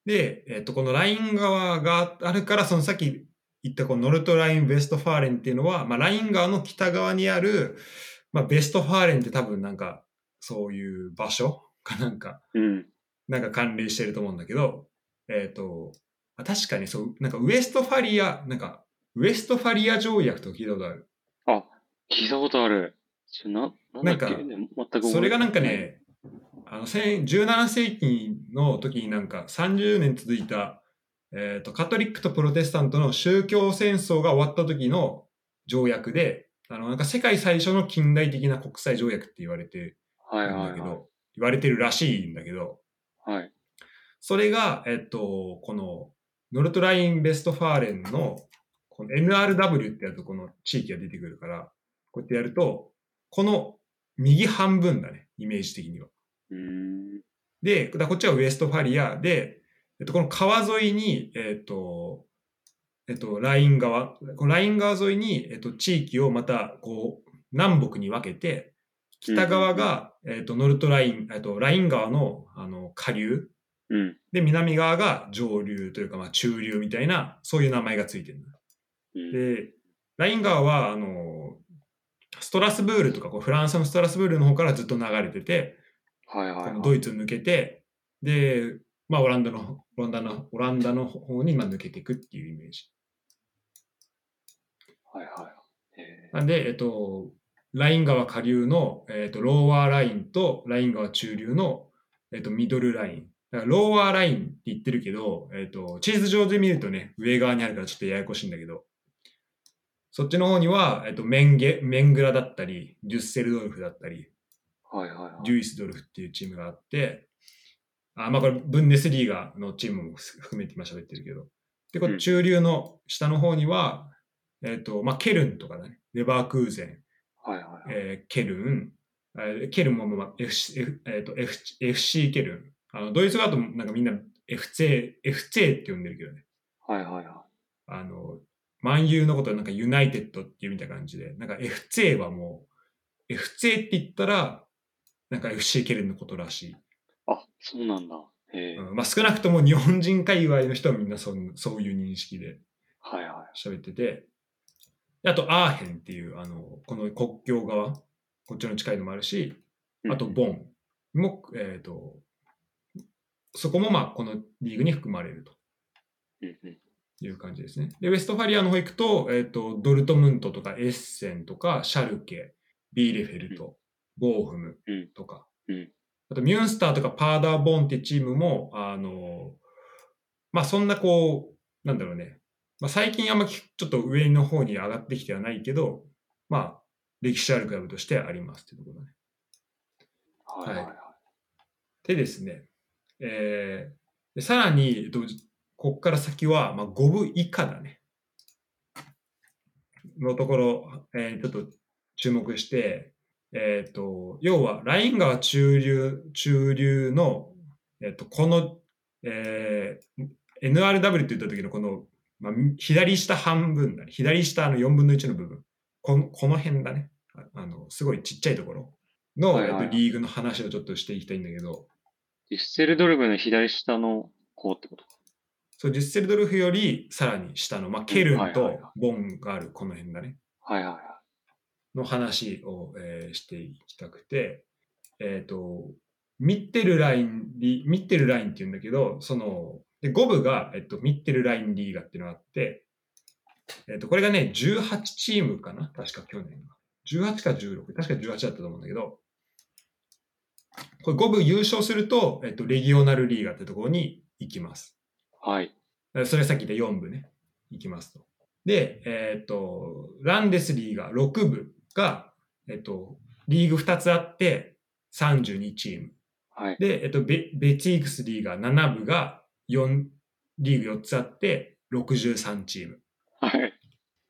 S1: で、えっ、と、このライン川があるから、そのさっき言ったこのノルトライン・ベストファーレンっていうのは、まあライン川の北側にある、まあベストファーレンって多分なんか、そういう場所かなんか、
S2: うん。
S1: なんか関連してると思うんだけど、えっ、と、あ確かにそう、なんかウエストファリア、なんか、ウエストファリア条約とか聞いたことある。
S2: あ、聞いたことある。それな、なんだっけ
S1: なんか
S2: ね全く
S1: それがなんか、ね、あの、千17世紀の時になんか30年続いた、えっ、と、カトリックとプロテスタントの宗教戦争が終わった時の条約で、あの、なんか世界最初の近代的な国際条約って言われて
S2: はい
S1: るん
S2: はい
S1: だけど、
S2: は
S1: 言われてるらしいんだけど、
S2: い。はい。
S1: それが、えっと、この、ノルトライン・ベストファーレンの、この NRW ってやると、この地域が出てくるから、こうやってやると、この右半分だね、イメージ的には。
S2: うーん。
S1: で、だからこっちはウエストファリアで、えっと、この川沿いに、えっと、えっと、ライン川、このライン川沿いに、えっと、地域をまた、こう、南北に分けて、北側が、えっと、ノルトライン、えっと、ライン川の、あの、下流、
S2: うん。
S1: で、南側が上流というか、まあ、中流みたいな、そういう名前がついてるんだ。
S2: うん
S1: で、ライン川は、あの、ストラスブールとか、こうフランスのストラスブールの方からずっと流れてて、
S2: はいはい、
S1: こ
S2: は
S1: の
S2: い。
S1: ドイツを抜けて、で、まあ、オランダの、オランダの、オランダの方に、まあ、抜けていくっていうイメージ。
S2: はいはい。え
S1: なんで、えっと、ライン川下流の、えっと、ローワーラインと、ライン川中流の、えっと、ミドルライン。だから、ローワーラインって言ってるけど、えっと、地図上で見るとね、上側にあるからちょっとややこしいんだけど、そっちの方には、えっと、メンゲ、メングラだったり、デュッセルドルフだったり、
S2: ー、はいはいはい。
S1: デュイスドルフっていうチームがあって、あまあこれ、ブンデスリーガのチームも含めて今喋ってるけど。で、こ
S2: う
S1: れ
S2: ん
S1: 中流の下の方には、えっ、と、まあ、ケルンとかだね。レバークーゼン、
S2: はいはいはい。
S1: えーケルン、えーケルンも、まあ、FC、F- えーと F FC ケルン。あの、ドイツ側となんかみんな FC、FC って呼んでるけどね。
S2: はいはいは
S1: あの、万有のことはなんかユナイテッドっていうみたいな感じで、なんか FC はもう、FC って言ったら、なんか FC ケルンのことらしい。
S2: い。あ、そうなんだ。えー
S1: うんまあ、少なくとも日本人界隈の人はみんなそんそういう認識で
S2: はいは
S1: 喋ってて、であとアーヘンっていう、あの、この国境側、こっちの近いのもあるし、
S2: い。
S1: あとボンも、えっ、と、そこもまあこのリーグに含まれると
S2: うんうん。
S1: いう感じですね。で、ウェストファリアの方行くと、えっ、と、ドルトムントとかエッセンとか、シャルケ、ビーレフェルト、ボーフム
S2: うん
S1: とか、
S2: うん
S1: あとミュンスターとかパーダーボンってチームも、あの、まあそんなこう、なんだろうね、まあ最近あんまきちょっと上の方に上がってきてはないけど、まあ歴史あるクラブとしてありますってところだね。
S2: はいはいはい。
S1: でですね、えーでさらに、えっとここから先は、まあ、5部以下だね。のところ、えーちょっと注目して、えっ、と、要は、ライン川中流、中流の、えっ、と、このえー NRW って言った時のこの、まあ、左下半分だね。左下の4分の1の部分。このこの辺だねあ。あの、すごいちっちゃいところの、
S2: はいはい
S1: えっと、リーグの話をちょっとしていきたいんだけど、
S2: デュッセルドルブの左下の方ってことか。
S1: そう、デュッセルドルフよりさらに下の、まあ、ケル
S2: は
S1: ン
S2: いはいはい
S1: とボンがあるこの辺だね。
S2: はいはいはい。
S1: の話を、えーしていきたくて、えっ、と、ミッテルラインリ、ミッテルラインって言うんだけど、その、で、5部が、えっと、ミッテルラインリーガっていうのがあって、えっ、と、これがね、18チームかな確か去年が。18か16、確か18だったと思うんだけど、これ5部優勝すると、えっ、と、レギオナルリーガってところに行きます。
S2: はい。
S1: えそれさっき言った4部ね、行きますと。で、えーっと、ランデスリーが6部が、えっと、リーグ2つあって32チーム。
S2: はい。
S1: で、えっと、ベベチークスリーが7部が4、リーグ4つあって63チーム。
S2: はい。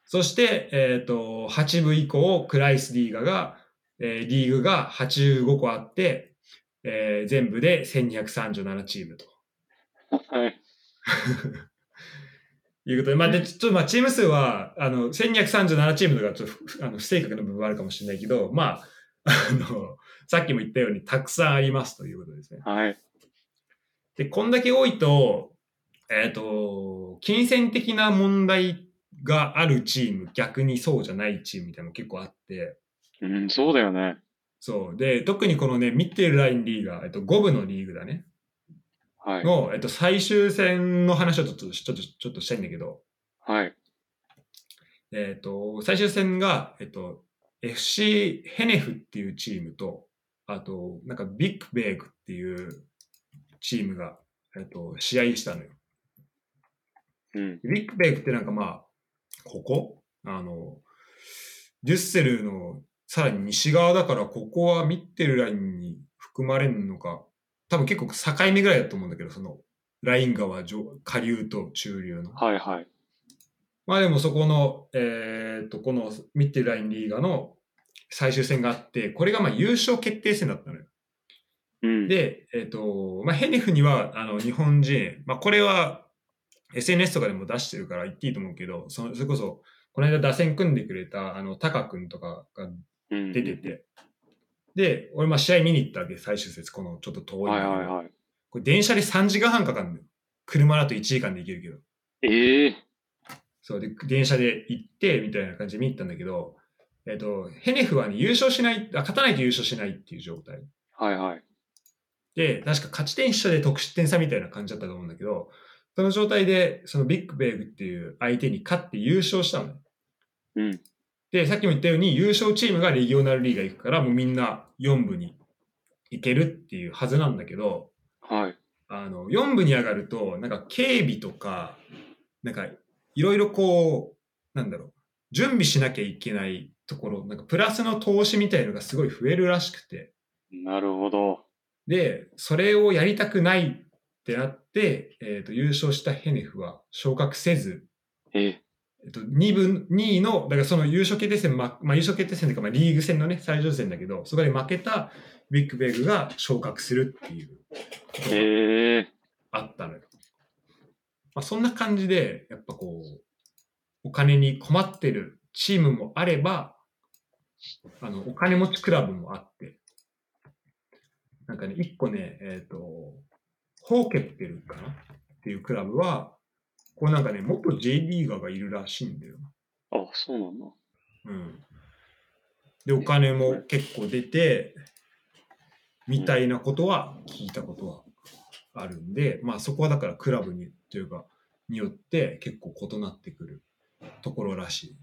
S1: そして、えっと、8部以降、クライスリーガが、えーリーグが85個あって、えー全部で1237チームと。
S2: はい。
S1: いうことで、まあ、で、ちょっと、まあ、チーム数は、あの、1237チームとか、ちょっとふ、あの、不正確な部分はあるかもしれないけど、まあ、あの、さっきも言ったように、たくさんありますということですね。
S2: はい。
S1: で、こんだけ多いと、えっ、と、金銭的な問題があるチーム、逆にそうじゃないチームみたいなのも結構あって、
S2: うん、そうだよね。
S1: そう。で、特にこのね、見てるラインリーガー、えっと、5部のリーグだね、
S2: はい。
S1: の、えっと、最終戦の話をちょっと、ちょっと、ちょっとしたいんだけど、
S2: はい。
S1: えっ、と、最終戦が、えっ、と、FC ヘネフっていうチームと、あと、なんかビッグベーグっていうチームが、えっ、と、試合したのよ。
S2: うん。
S1: ビッグベーグってなんかまあ、ここあの、デュッセルのさらに西側だから、ここはミッテルラインに含まれるのか、多分結構境目ぐらいだと思うんだけど、その、ライン側上、下流と中流の。
S2: はいはい。
S1: まあでもそこの、えーっと、このミッテルラインリーガの最終戦があって、これがまあ優勝決定戦だったのよ。
S2: うん。
S1: で、えーっと、まあヘネフには、あの、日本人、まあこれは SNS とかでも出してるから言っていいと思うけど、そのそれこそ、この間打線組んでくれた、あの、タカ君とかが
S2: うん、
S1: 出てて、で、俺まあ試合見に行ったわけ、最終節、このちょっと遠いんだ
S2: は
S1: け
S2: い
S1: ど。
S2: はいはい。
S1: これ電車で3時間半かかるのよ。車だと1時間で行けるけど。
S2: ええ
S1: そうで、電車で行って、みたいな感じで見に行ったんだけど、えっ、と、ヘネフはね、優勝しない、あ勝たないと優勝しないっていう状態。
S2: はいはい。
S1: で、確か勝ち点差で得失点差みたいな感じだったと思うんだけど、その状態で、そのビッグベーグっていう相手に勝って優勝したのね。
S2: うん。
S1: で、さっきも言ったように、優勝チームがレギオナルリーガ行くから、もうみんな4部に行けるっていうはずなんだけど、
S2: はい。
S1: あの、4部に上がると、なんか警備とか、なんかいろいろこう、なんだろう、準備しなきゃいけないところ、なんかプラスの投資みたいのがすごい増えるらしくて、
S2: なるほど。
S1: で、それをやりたくないってなって、えっ、と、優勝したヘネフは昇格せず、
S2: ええ
S1: えっと、2分、2位の、だからその優勝決定戦、ま、まあ、優勝決定戦というか、まあ、リーグ戦のね、最終戦だけど、そこで負けたビッグベグが昇格するっていう。
S2: ええ
S1: あったのよ。まあ、そんな感じで、やっぱこう、お金に困ってるチームもあれば、あの、お金持ちクラブもあって、なんかね、一個ね、えっ、と、ホーケッペルかなっていうクラブは、こうなんかね、元 J リーガーがいるらしいんだよ。
S2: あ、そうなんだ。
S1: うん。で、お金も結構出て、みたいなことは聞いたことはあるんで、まあそこはだからクラブに、というか、によって結構異なってくるところらしい。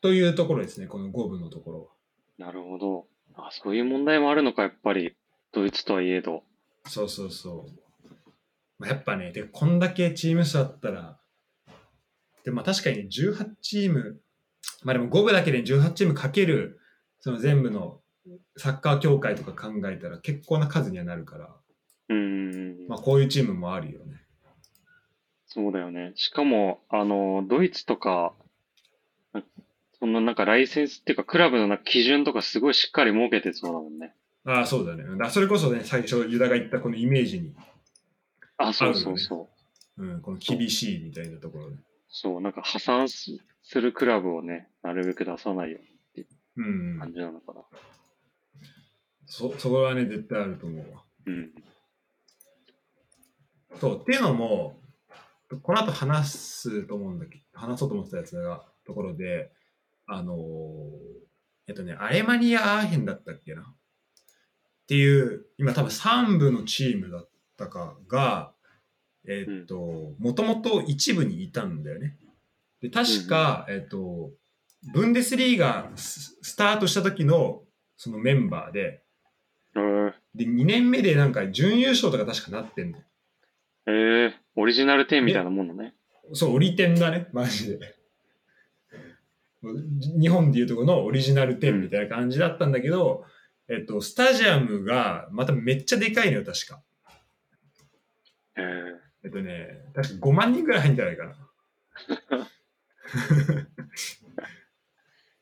S1: というところですね、この5部のところは。
S2: なるほど。あ、そういう問題もあるのか、やっぱり。ドイツとはいえど。
S1: そうそうそう。まあ、やっぱね、で、こんだけチーム数あったら、で、まあ確かに18チーム、まあでも5部だけで18チームかける、その全部のサッカー協会とか考えたら結構な数にはなるから、
S2: うーん。
S1: まあこういうチームもあるよね。
S2: そうだよね。しかも、あの、ドイツとか、なそんななんかライセンスっていうか、クラブのなんか基準とかすごいしっかり設けてそうだもんね。
S1: ああ、そうだね。だそれこそね、最初、ユダが言ったこのイメージに
S2: あ、そ
S1: あ
S2: う
S1: るよ
S2: そ
S1: ね
S2: うそう。
S1: うん、この厳しいみたいなところで。
S2: そう、なんか破産すするクラブをね、なるべく出さないよ
S1: うん
S2: うな、感じなのかな。
S1: そ、そこはね、絶対あると思うわ。
S2: うん。
S1: そう、っていうのも、この後話すと思うんだけど、話そうと思ってたやつが、ところで、あのーえっとね、アレマニア・アーヘンだったっけなっていう、今多分3部のチームだったかが、えっと、もともと1部にいたんだよね。で、確か、えっと、ブンデスリーガススタートした時のそのメンバーで、
S2: えー、
S1: で、2年目でなんか準優勝とか確かなってんの。
S2: えー、オリジナル10みたいなものね。
S1: そう、折り点だね、マジで。日本でいうとこのオリジナル10みたいな感じだったんだけど、えっと、スタジアムがまためっちゃでかいのよ、確か。
S2: え
S1: えっとね、確か5万人ぐらい入るんじゃないかな。
S2: ー、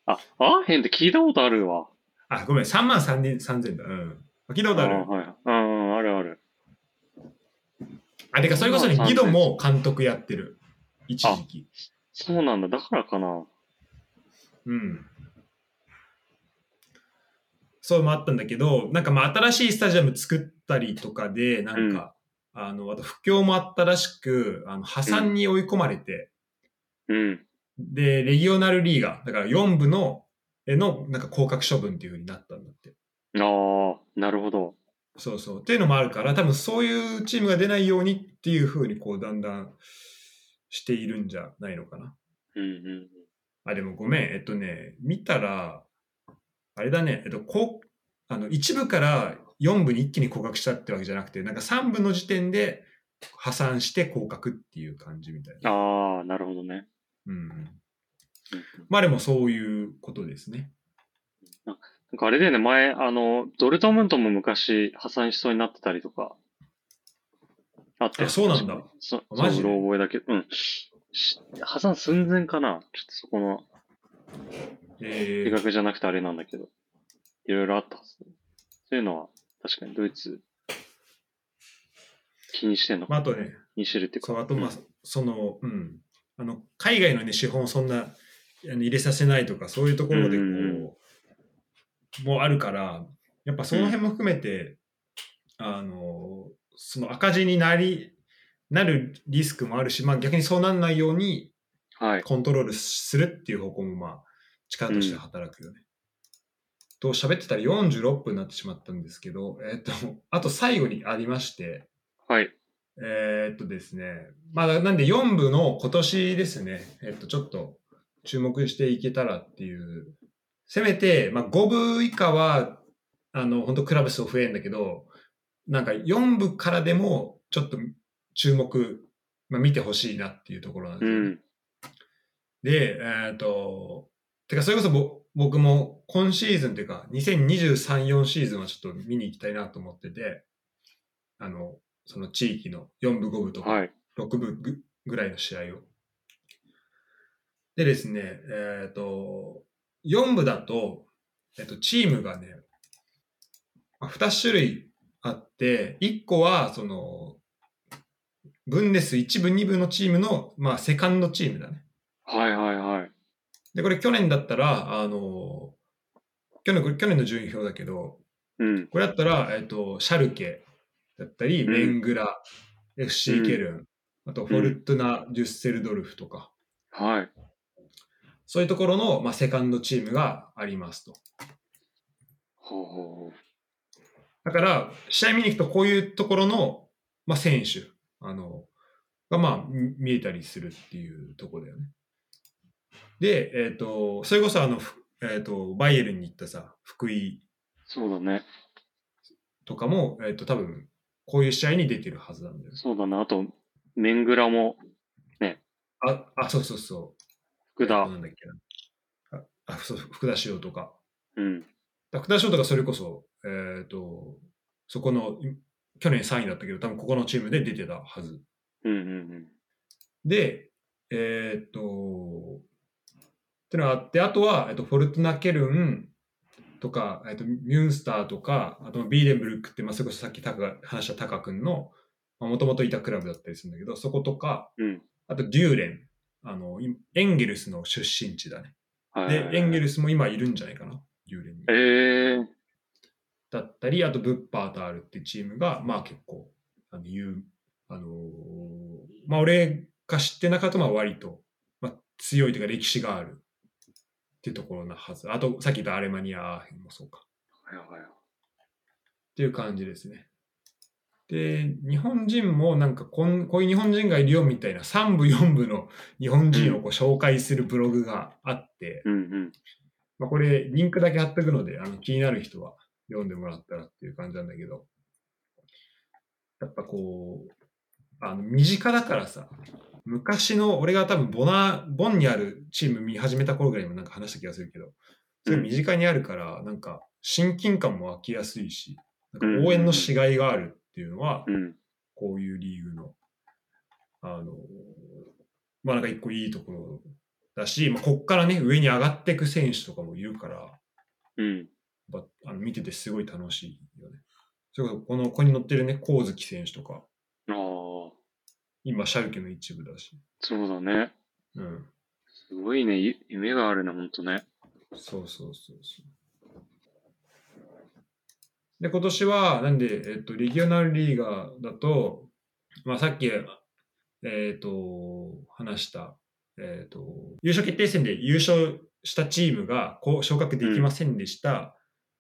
S2: あ、アーヘンって聞いたことあるわ。
S1: あ、ごめん、3万3 3000だ。うん。聞いた
S2: あ
S1: ことある
S2: ーはい。うんうん、あるある。
S1: あ、てか、それこそね
S2: 3、万3000
S1: ギドも監督やってる。一時期。
S2: そうなんだ、だからかな。
S1: うん。そうもあったんだけど、なんかまあ新しいスタジアム作ったりとかで、なんか、あの、あと不況もあったらしく、あの破産に追い込まれて、
S2: うん。
S1: で、レギオナルリーガー、だから4部の、えの、なんか降格処分っていう風になったんだって。
S2: ああ、なるほど。
S1: そうそう。っていうのもあるから、多分そういうチームが出ないようにっていう風に、こう、だんだんしているんじゃないのかな。
S2: うんうん。
S1: あ、でもごめん。えっとね、見たら、あれだね、えっと、こう、あの、1部から4部に一気に降格したってわけじゃなくて、なんか3部の時点で破産して降格っていう感じみたいな。
S2: ああ、なるほどね。
S1: うんうん。
S2: うんうん
S1: まあでもそういうことですね。
S2: なんかあれだよね、前、あの、ドルトムントも昔破産しそうになってたりとか、あって。
S1: あそうなんだ。
S2: そ
S1: マジ
S2: そう、
S1: で
S2: うろ覚えだけど、うん。し破産寸前かなちょっとそこの、
S1: え
S2: 比
S1: ー、
S2: 較じゃなくてあれなんだけど、いろいろあったはず。そういうのは、確かにドイツ、気にしてんのか、
S1: まああとね、
S2: 気にしてるっていうか。
S1: そう、あとまあ
S2: うん、
S1: その、うん。あの、海外のね、資本をそんなあの入れさせないとか、そういうところでこう、
S2: うん
S1: もあるから、やっぱその辺も含めて、あの、その赤字になり、なるリスクもあるし、まあ逆にそうならないように
S2: はい。
S1: コントロールするっていう方向もまあ力として働くよね。と喋ってたら46分になってしまったんですけど、えっと、あと最後にありまして、
S2: はい。
S1: えーっとですね、まあ、なんで4部の今年ですね、えっと、ちょっと注目していけたらっていう、せめて、まあ、5部以下は、あの、本当クラブ数増えんだけど、なんか4部からでも、ちょっと注目、まあ、見てほしいなっていうところなんで
S2: う
S1: すよね、
S2: ん。
S1: で、えーっと、てか、それこそぼ僕も今シーズンというか、2023、4シーズンはちょっと見に行きたいなと思ってて、あの、その地域の4部、5部とか、
S2: はい。
S1: 6分ぐぐらいの試合を。でですね、えっ、と、4部だと、えっ、と、チームがね、まあ2種類あって、1個は、その、ブンデス1部、2部のチームの、まあ、セカンドチームだね。
S2: はいはいはい。
S1: で、これ去年だったら、あの、去年、これ去年の順位表だけど、
S2: うん。
S1: これだったら、えっ、と、シャルケだったり、
S2: うん
S1: ベングラ、FC ケルン、あと、フォルトナ・デュッセルドルフとか、
S2: はい。
S1: そういうところの、まあ、セカンドチームがありますと。
S2: ほうほうほう。
S1: だから、試合見に行くと、こういうところの、まあ、選手、あの、が、まあ、み見えたりするっていうところだよね。で、えっ、と、それこそ、あの、ふえっ、と、バイエルンに行ったさ、福井
S2: そうだね。
S1: とかも、えっ、と、多分、こういう試合に出てるはずなんだよね。
S2: そうだね。あと、メングラも、
S1: あ、あ、そうそうそう。
S2: 福
S1: えっ
S2: 田
S1: と。なんだっけな。あ、あそう、福田塩とか。
S2: うん。
S1: だ福田塩とかそれこそ、えっ、と、そこの、い去年3位だったけど、多分ここのチームで出てたはず。
S2: うんうん
S1: で、えっ、と、ってのがあって、あとは、えっと、フォルトナ・ケルンとか、えっと、ミュンスターとか、あと、ビーデンブルックって、まあ、それこそさっきタカが話したタカ君の、もともといたクラブだったりするんだけど、そことか、
S2: うん。
S1: あとデューレン、あの、いエンゲルスの出身地だね。
S2: はいはいは
S1: でエ
S2: い、
S1: ンゲルスも今いるんじゃないかな、デューレンに。
S2: ええ
S1: だったり、あとブッパーとアルっていうチームが、まあ結構、あの、言う、あのーまあ俺が知ってなかったまあ割と、まあ強いというか歴史があるっていうところなはず。あと、さっき言ったアレマニアもそうか。
S2: はいはいはい
S1: っていう感じですね。で、日本人もなんかこん、こういう日本人がいるよみたいな3部4部の日本人をこう紹介するブログがあって、
S2: うんうん。
S1: まあ、これ、リンクだけ貼っとくので、あの気になる人は読んでもらったらっていう感じなんだけど、やっぱこう、あの身近だからさ、昔の俺が多分ボナ、ボンにあるチーム見始めた頃ぐらいにもなんか話した気がするけど、それ身近にあるから、なんか親近感も湧きやすいし、なんか応援のしがいがあるっていうのは、
S2: うん。
S1: こういう理由の、あの、まあなんか一個いいところだし、まあ、こっからね、上に上がっていく選手とかもいるから、
S2: うん。
S1: やっぱあの見ててすごい楽しいよね。それこそ、この、ここに乗ってるね、光月選手とか、
S2: ああ、
S1: 今、シャルケの一部だし。
S2: そうだね。
S1: うん。
S2: すごいね。ゆ夢があるね、ほんとね。
S1: そうそうそうそう。で、今年は、なんで、えっと、レギオナルリーガーだと、まあ、さっき、えっと、話した、えっと、優勝決定戦で優勝したチームが、こう、昇格できませんでした。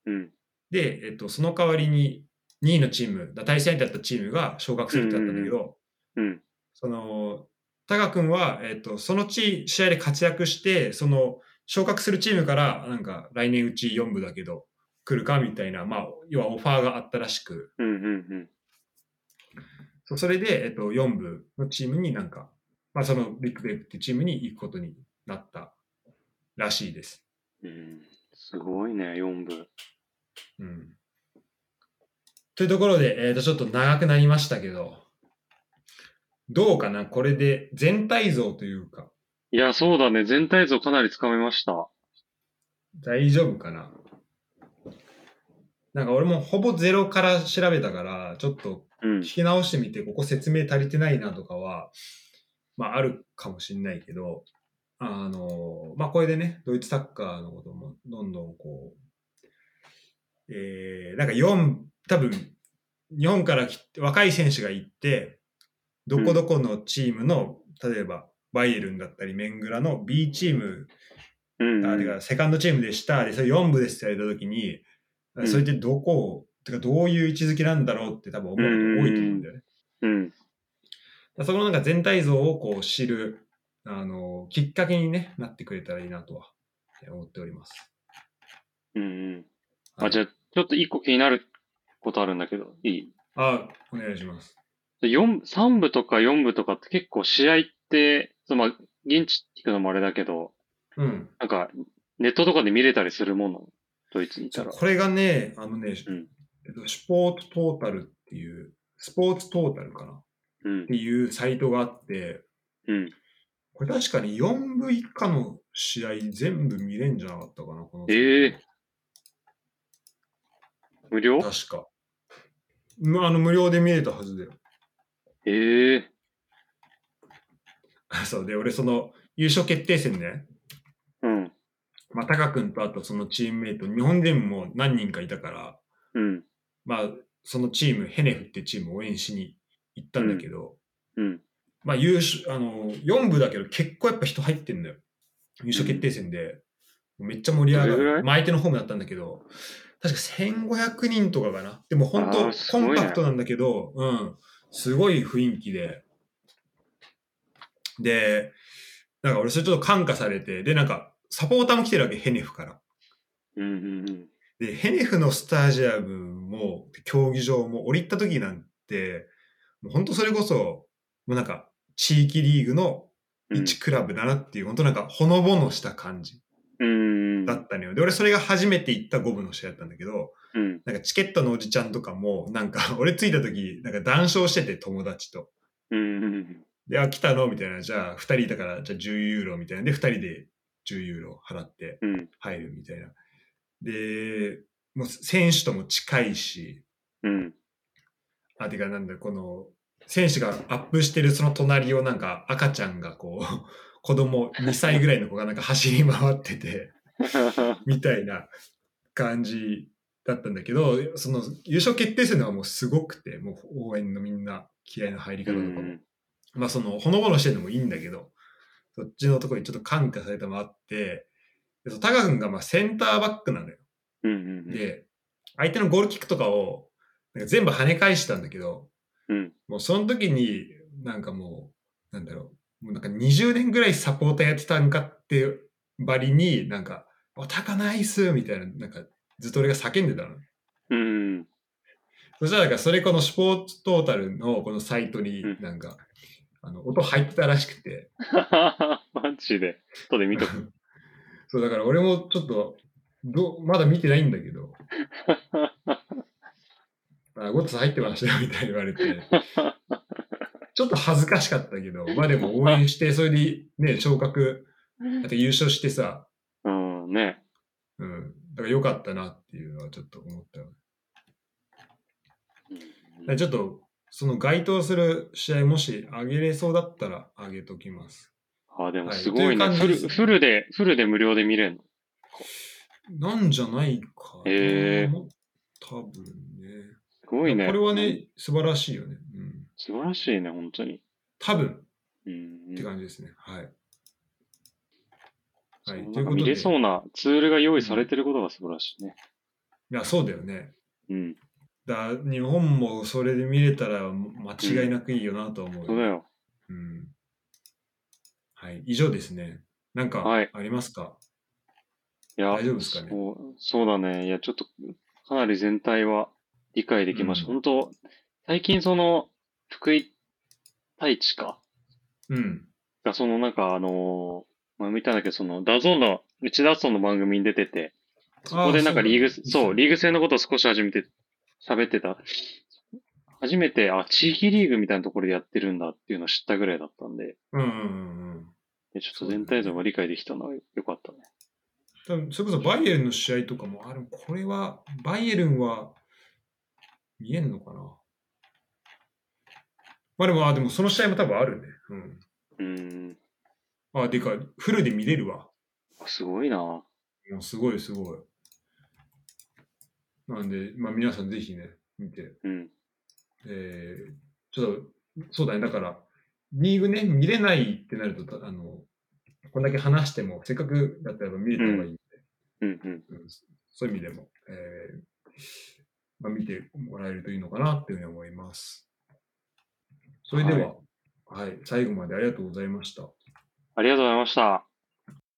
S2: うん。
S1: で、えっと、その代わりに、2位のチーム、対戦相手だったチームが昇格するってなったんだけど、
S2: うん。
S1: その、タガ君は、えっ、と、そのち、試合で活躍して、その、昇格するチームから、なんか、来年うち4部だけど、来るかみたいな、まあ、要はオファーがあったらしく、
S2: うんうん
S1: そうそれで、えっ、と、4部のチームになんか、まあ、その、ビッグベイブっていうチームに行くことになったらしいです。
S2: うん。うん。すごいね、四部。
S1: うん。というところで、えっ、と、ちょっと長くなりましたけど、どうかなこれで全体像というか、
S2: いや、そうだね。全体像かなりつかめました。
S1: 大丈夫かななんか俺もほぼゼロから調べたから、ちょっと
S2: うん
S1: 聞。き直してみて、ここ説明足りてないなとかは、まああるかもしんないけど、あの、まあこれでね、ドイツサッカーのこともどんどんこう、えー、なんか4、多分、日本から来て若い選手が行って、どこどこのチームの、例えば、バイエルンだったり、メングラの B チーム
S2: うん。
S1: あてかセカンドチームでした、で、それ4部ですって言われたときに、
S2: うん
S1: それってどこを、てかどういう位置づけなんだろうって多分思う人多いと思うんだよね。
S2: うん。
S1: だからそこのなんか全体像をこう知る、あの、きっかけに、ね、なってくれたらいいなとはえ思っております。
S2: うんうん。
S1: は
S2: あ、
S1: い
S2: じゃあ、ちょっと一個気になることあるんだけど、いい
S1: あ、お願いします。
S2: 四3部とか4部とかって結構試合って、そのまあ、現地行くのもあれだけど、
S1: うん。
S2: なんか、ネットとかで見れたりするもんなのドイツにいたら。
S1: これがね、あのね、
S2: うん
S1: えっとスポーツトータルっていう、スポーツトータルかなっ
S2: うん
S1: て。いうサイトがあって、
S2: うん。
S1: これ確かに4部以下の試合全部見れんじゃなかったかな、この。
S2: ええ無料
S1: 確か。むあの無料で見れたはずだよ。
S2: ええ
S1: そうで、俺その優勝決定戦ね、
S2: うん。
S1: まあ、タカ君とあとそのチームメイト、日本人も何人かいたから、
S2: うん。
S1: まあ、そのチーム、ヘネフってチームを応援しに行ったんだけど、
S2: うん。
S1: まあ優勝、あの、4部だけど結構やっぱ人入ってんだよ。優勝決定戦で。めっちゃ盛り上が
S2: どれぐら
S1: る。
S2: い
S1: まあ相手のホームだったんだけど、確か1500人とかかな。でも本
S2: あ
S1: 当
S2: ーす
S1: コ
S2: ごいね
S1: ンパクトなんだけど、うん。すごい雰囲気で。で、なんか俺それちょっと感化されて、で、なんかサポーターも来てるわけ、ヘネフから。
S2: うん。うん。
S1: で、ヘネフのスタジアムも、競技場も、俺行った時なんて、もう本当それこそ、もうなんか、地域リーグの
S2: うん。
S1: 1クラブだなっていう、本当なんか、ほのぼのした感じ
S2: うん。
S1: だったのよ。で、俺それが初めて行った5部の試合だったんだけど、
S2: うん。
S1: なんかチケットのおじちゃんとかも、なんか、俺着いた時、なんか談笑してて友達と。
S2: うん。うん。
S1: で、あ、来たのみたいな。じゃあ、2人いたから、じゃあ10ユーロみたいな。で、2人で10ユーロ払って
S2: うん。
S1: 入るみたいな。で、もう選手とも近いし、
S2: うん。
S1: あ、てかなんだ、この、選手がアップしてるその隣をなんか赤ちゃんがこう、 子供2歳ぐらいの子がなんか走り回ってて、 みたいな感じだったんだけど、その優勝決定戦のはもうすごくて、もう応援のみんな気合の入り
S2: う
S1: 方とかも、
S2: ん。
S1: まあその、ほのぼのしてるのもいいんだけど、そっちのところにちょっと感化されたのもあって、でそのタカ君がまあセンターバックなのよ。
S2: うんうんうん。
S1: で、相手のゴールキックとかをなんか全部跳ね返したんだけど、
S2: うん
S1: もうその時になんかもう、なんだろう、もうなんか20年ぐらいサポーターやってたんかってばりになんか、お、タカナイスみたいな、なんかずっと俺が叫んでたの。
S2: うん。
S1: そしたらなんかそれこのスポーツトータルのこのサイトに
S2: うん
S1: なんか、あの音入ってたらしくて、
S2: マジで。後で見 とく。
S1: そうだから俺もちょっとどまだ見てないんだけ どあゴッツさん入ってましたよみたいに言われてちょっと恥ずかしかったけどまあでも応援してそれでね昇格あと優勝してさ、
S2: うん、ね。
S1: うん、だから良かったなっていうのはちょっと思ったよだからちょっとその該当する試合もし上げれそうだったら上げときます
S2: あ、でもすごい
S1: は
S2: な。
S1: い
S2: フ
S1: という感じで
S2: ル、
S1: す
S2: フルで、フルで無料で見れるの。
S1: なんじゃないかな
S2: へえ
S1: 多分ね
S2: すごいね。
S1: これはね、素晴らしいよね。うん。
S2: 素晴らしいね、本当に。
S1: 多分
S2: うん
S1: って感じですね。はい。はい。と
S2: そう
S1: いう
S2: なんか
S1: こと
S2: 見
S1: で。
S2: れそう
S1: い
S2: なツールが用意されてることが素晴らしいね。
S1: や、そうだよね。
S2: うん。
S1: だ日本もそれで見れたら間違いなくいいよなと思う。
S2: そうだよ。
S1: うん。はい。以上ですね。なんか
S2: はい
S1: ありますか、
S2: いや、
S1: 大丈夫ですかね
S2: そうそうだね。いや、ちょっと、かなり全体は理解できました。
S1: うん
S2: 本当最近その、福井太一か
S1: うん。
S2: が、そのなんかあのーまあ、見たんだけど、その、ダゾーンの、内ダゾーンの番組に出てて、そこでなんかリーグ、そうリーグ戦のことを少し初めて喋ってた。初めて、あ、地域リーグみたいなところでやってるんだっていうのを知ったぐらいだったんで、
S1: うんうんうんうん。
S2: でちょっと全体像が理解できたのはよかったね。
S1: 多分それこそバイエルンの試合とかも、あれ、これは、バイエルンは見えんのかなまあでも、あでもその試合も多分あるね。うん。
S2: うーん。
S1: あ、でか、フルで見れるわ。
S2: すごいな
S1: もうすごいすごい。なんで、まあ皆さんぜひね、見て。
S2: うん。
S1: えー、ちょっと、そうだね、だから、リーグね、見れないってなると、たあの、こんだけ話しても、せっかくだったらやっぱ見れた方がいいんで、
S2: うんうん。
S1: うんそういう意味でも、えーまあ、見てもらえるといいのかなっていうふうに思います。それでは、はい、最後までありがとうございました。
S2: ありがとうございました。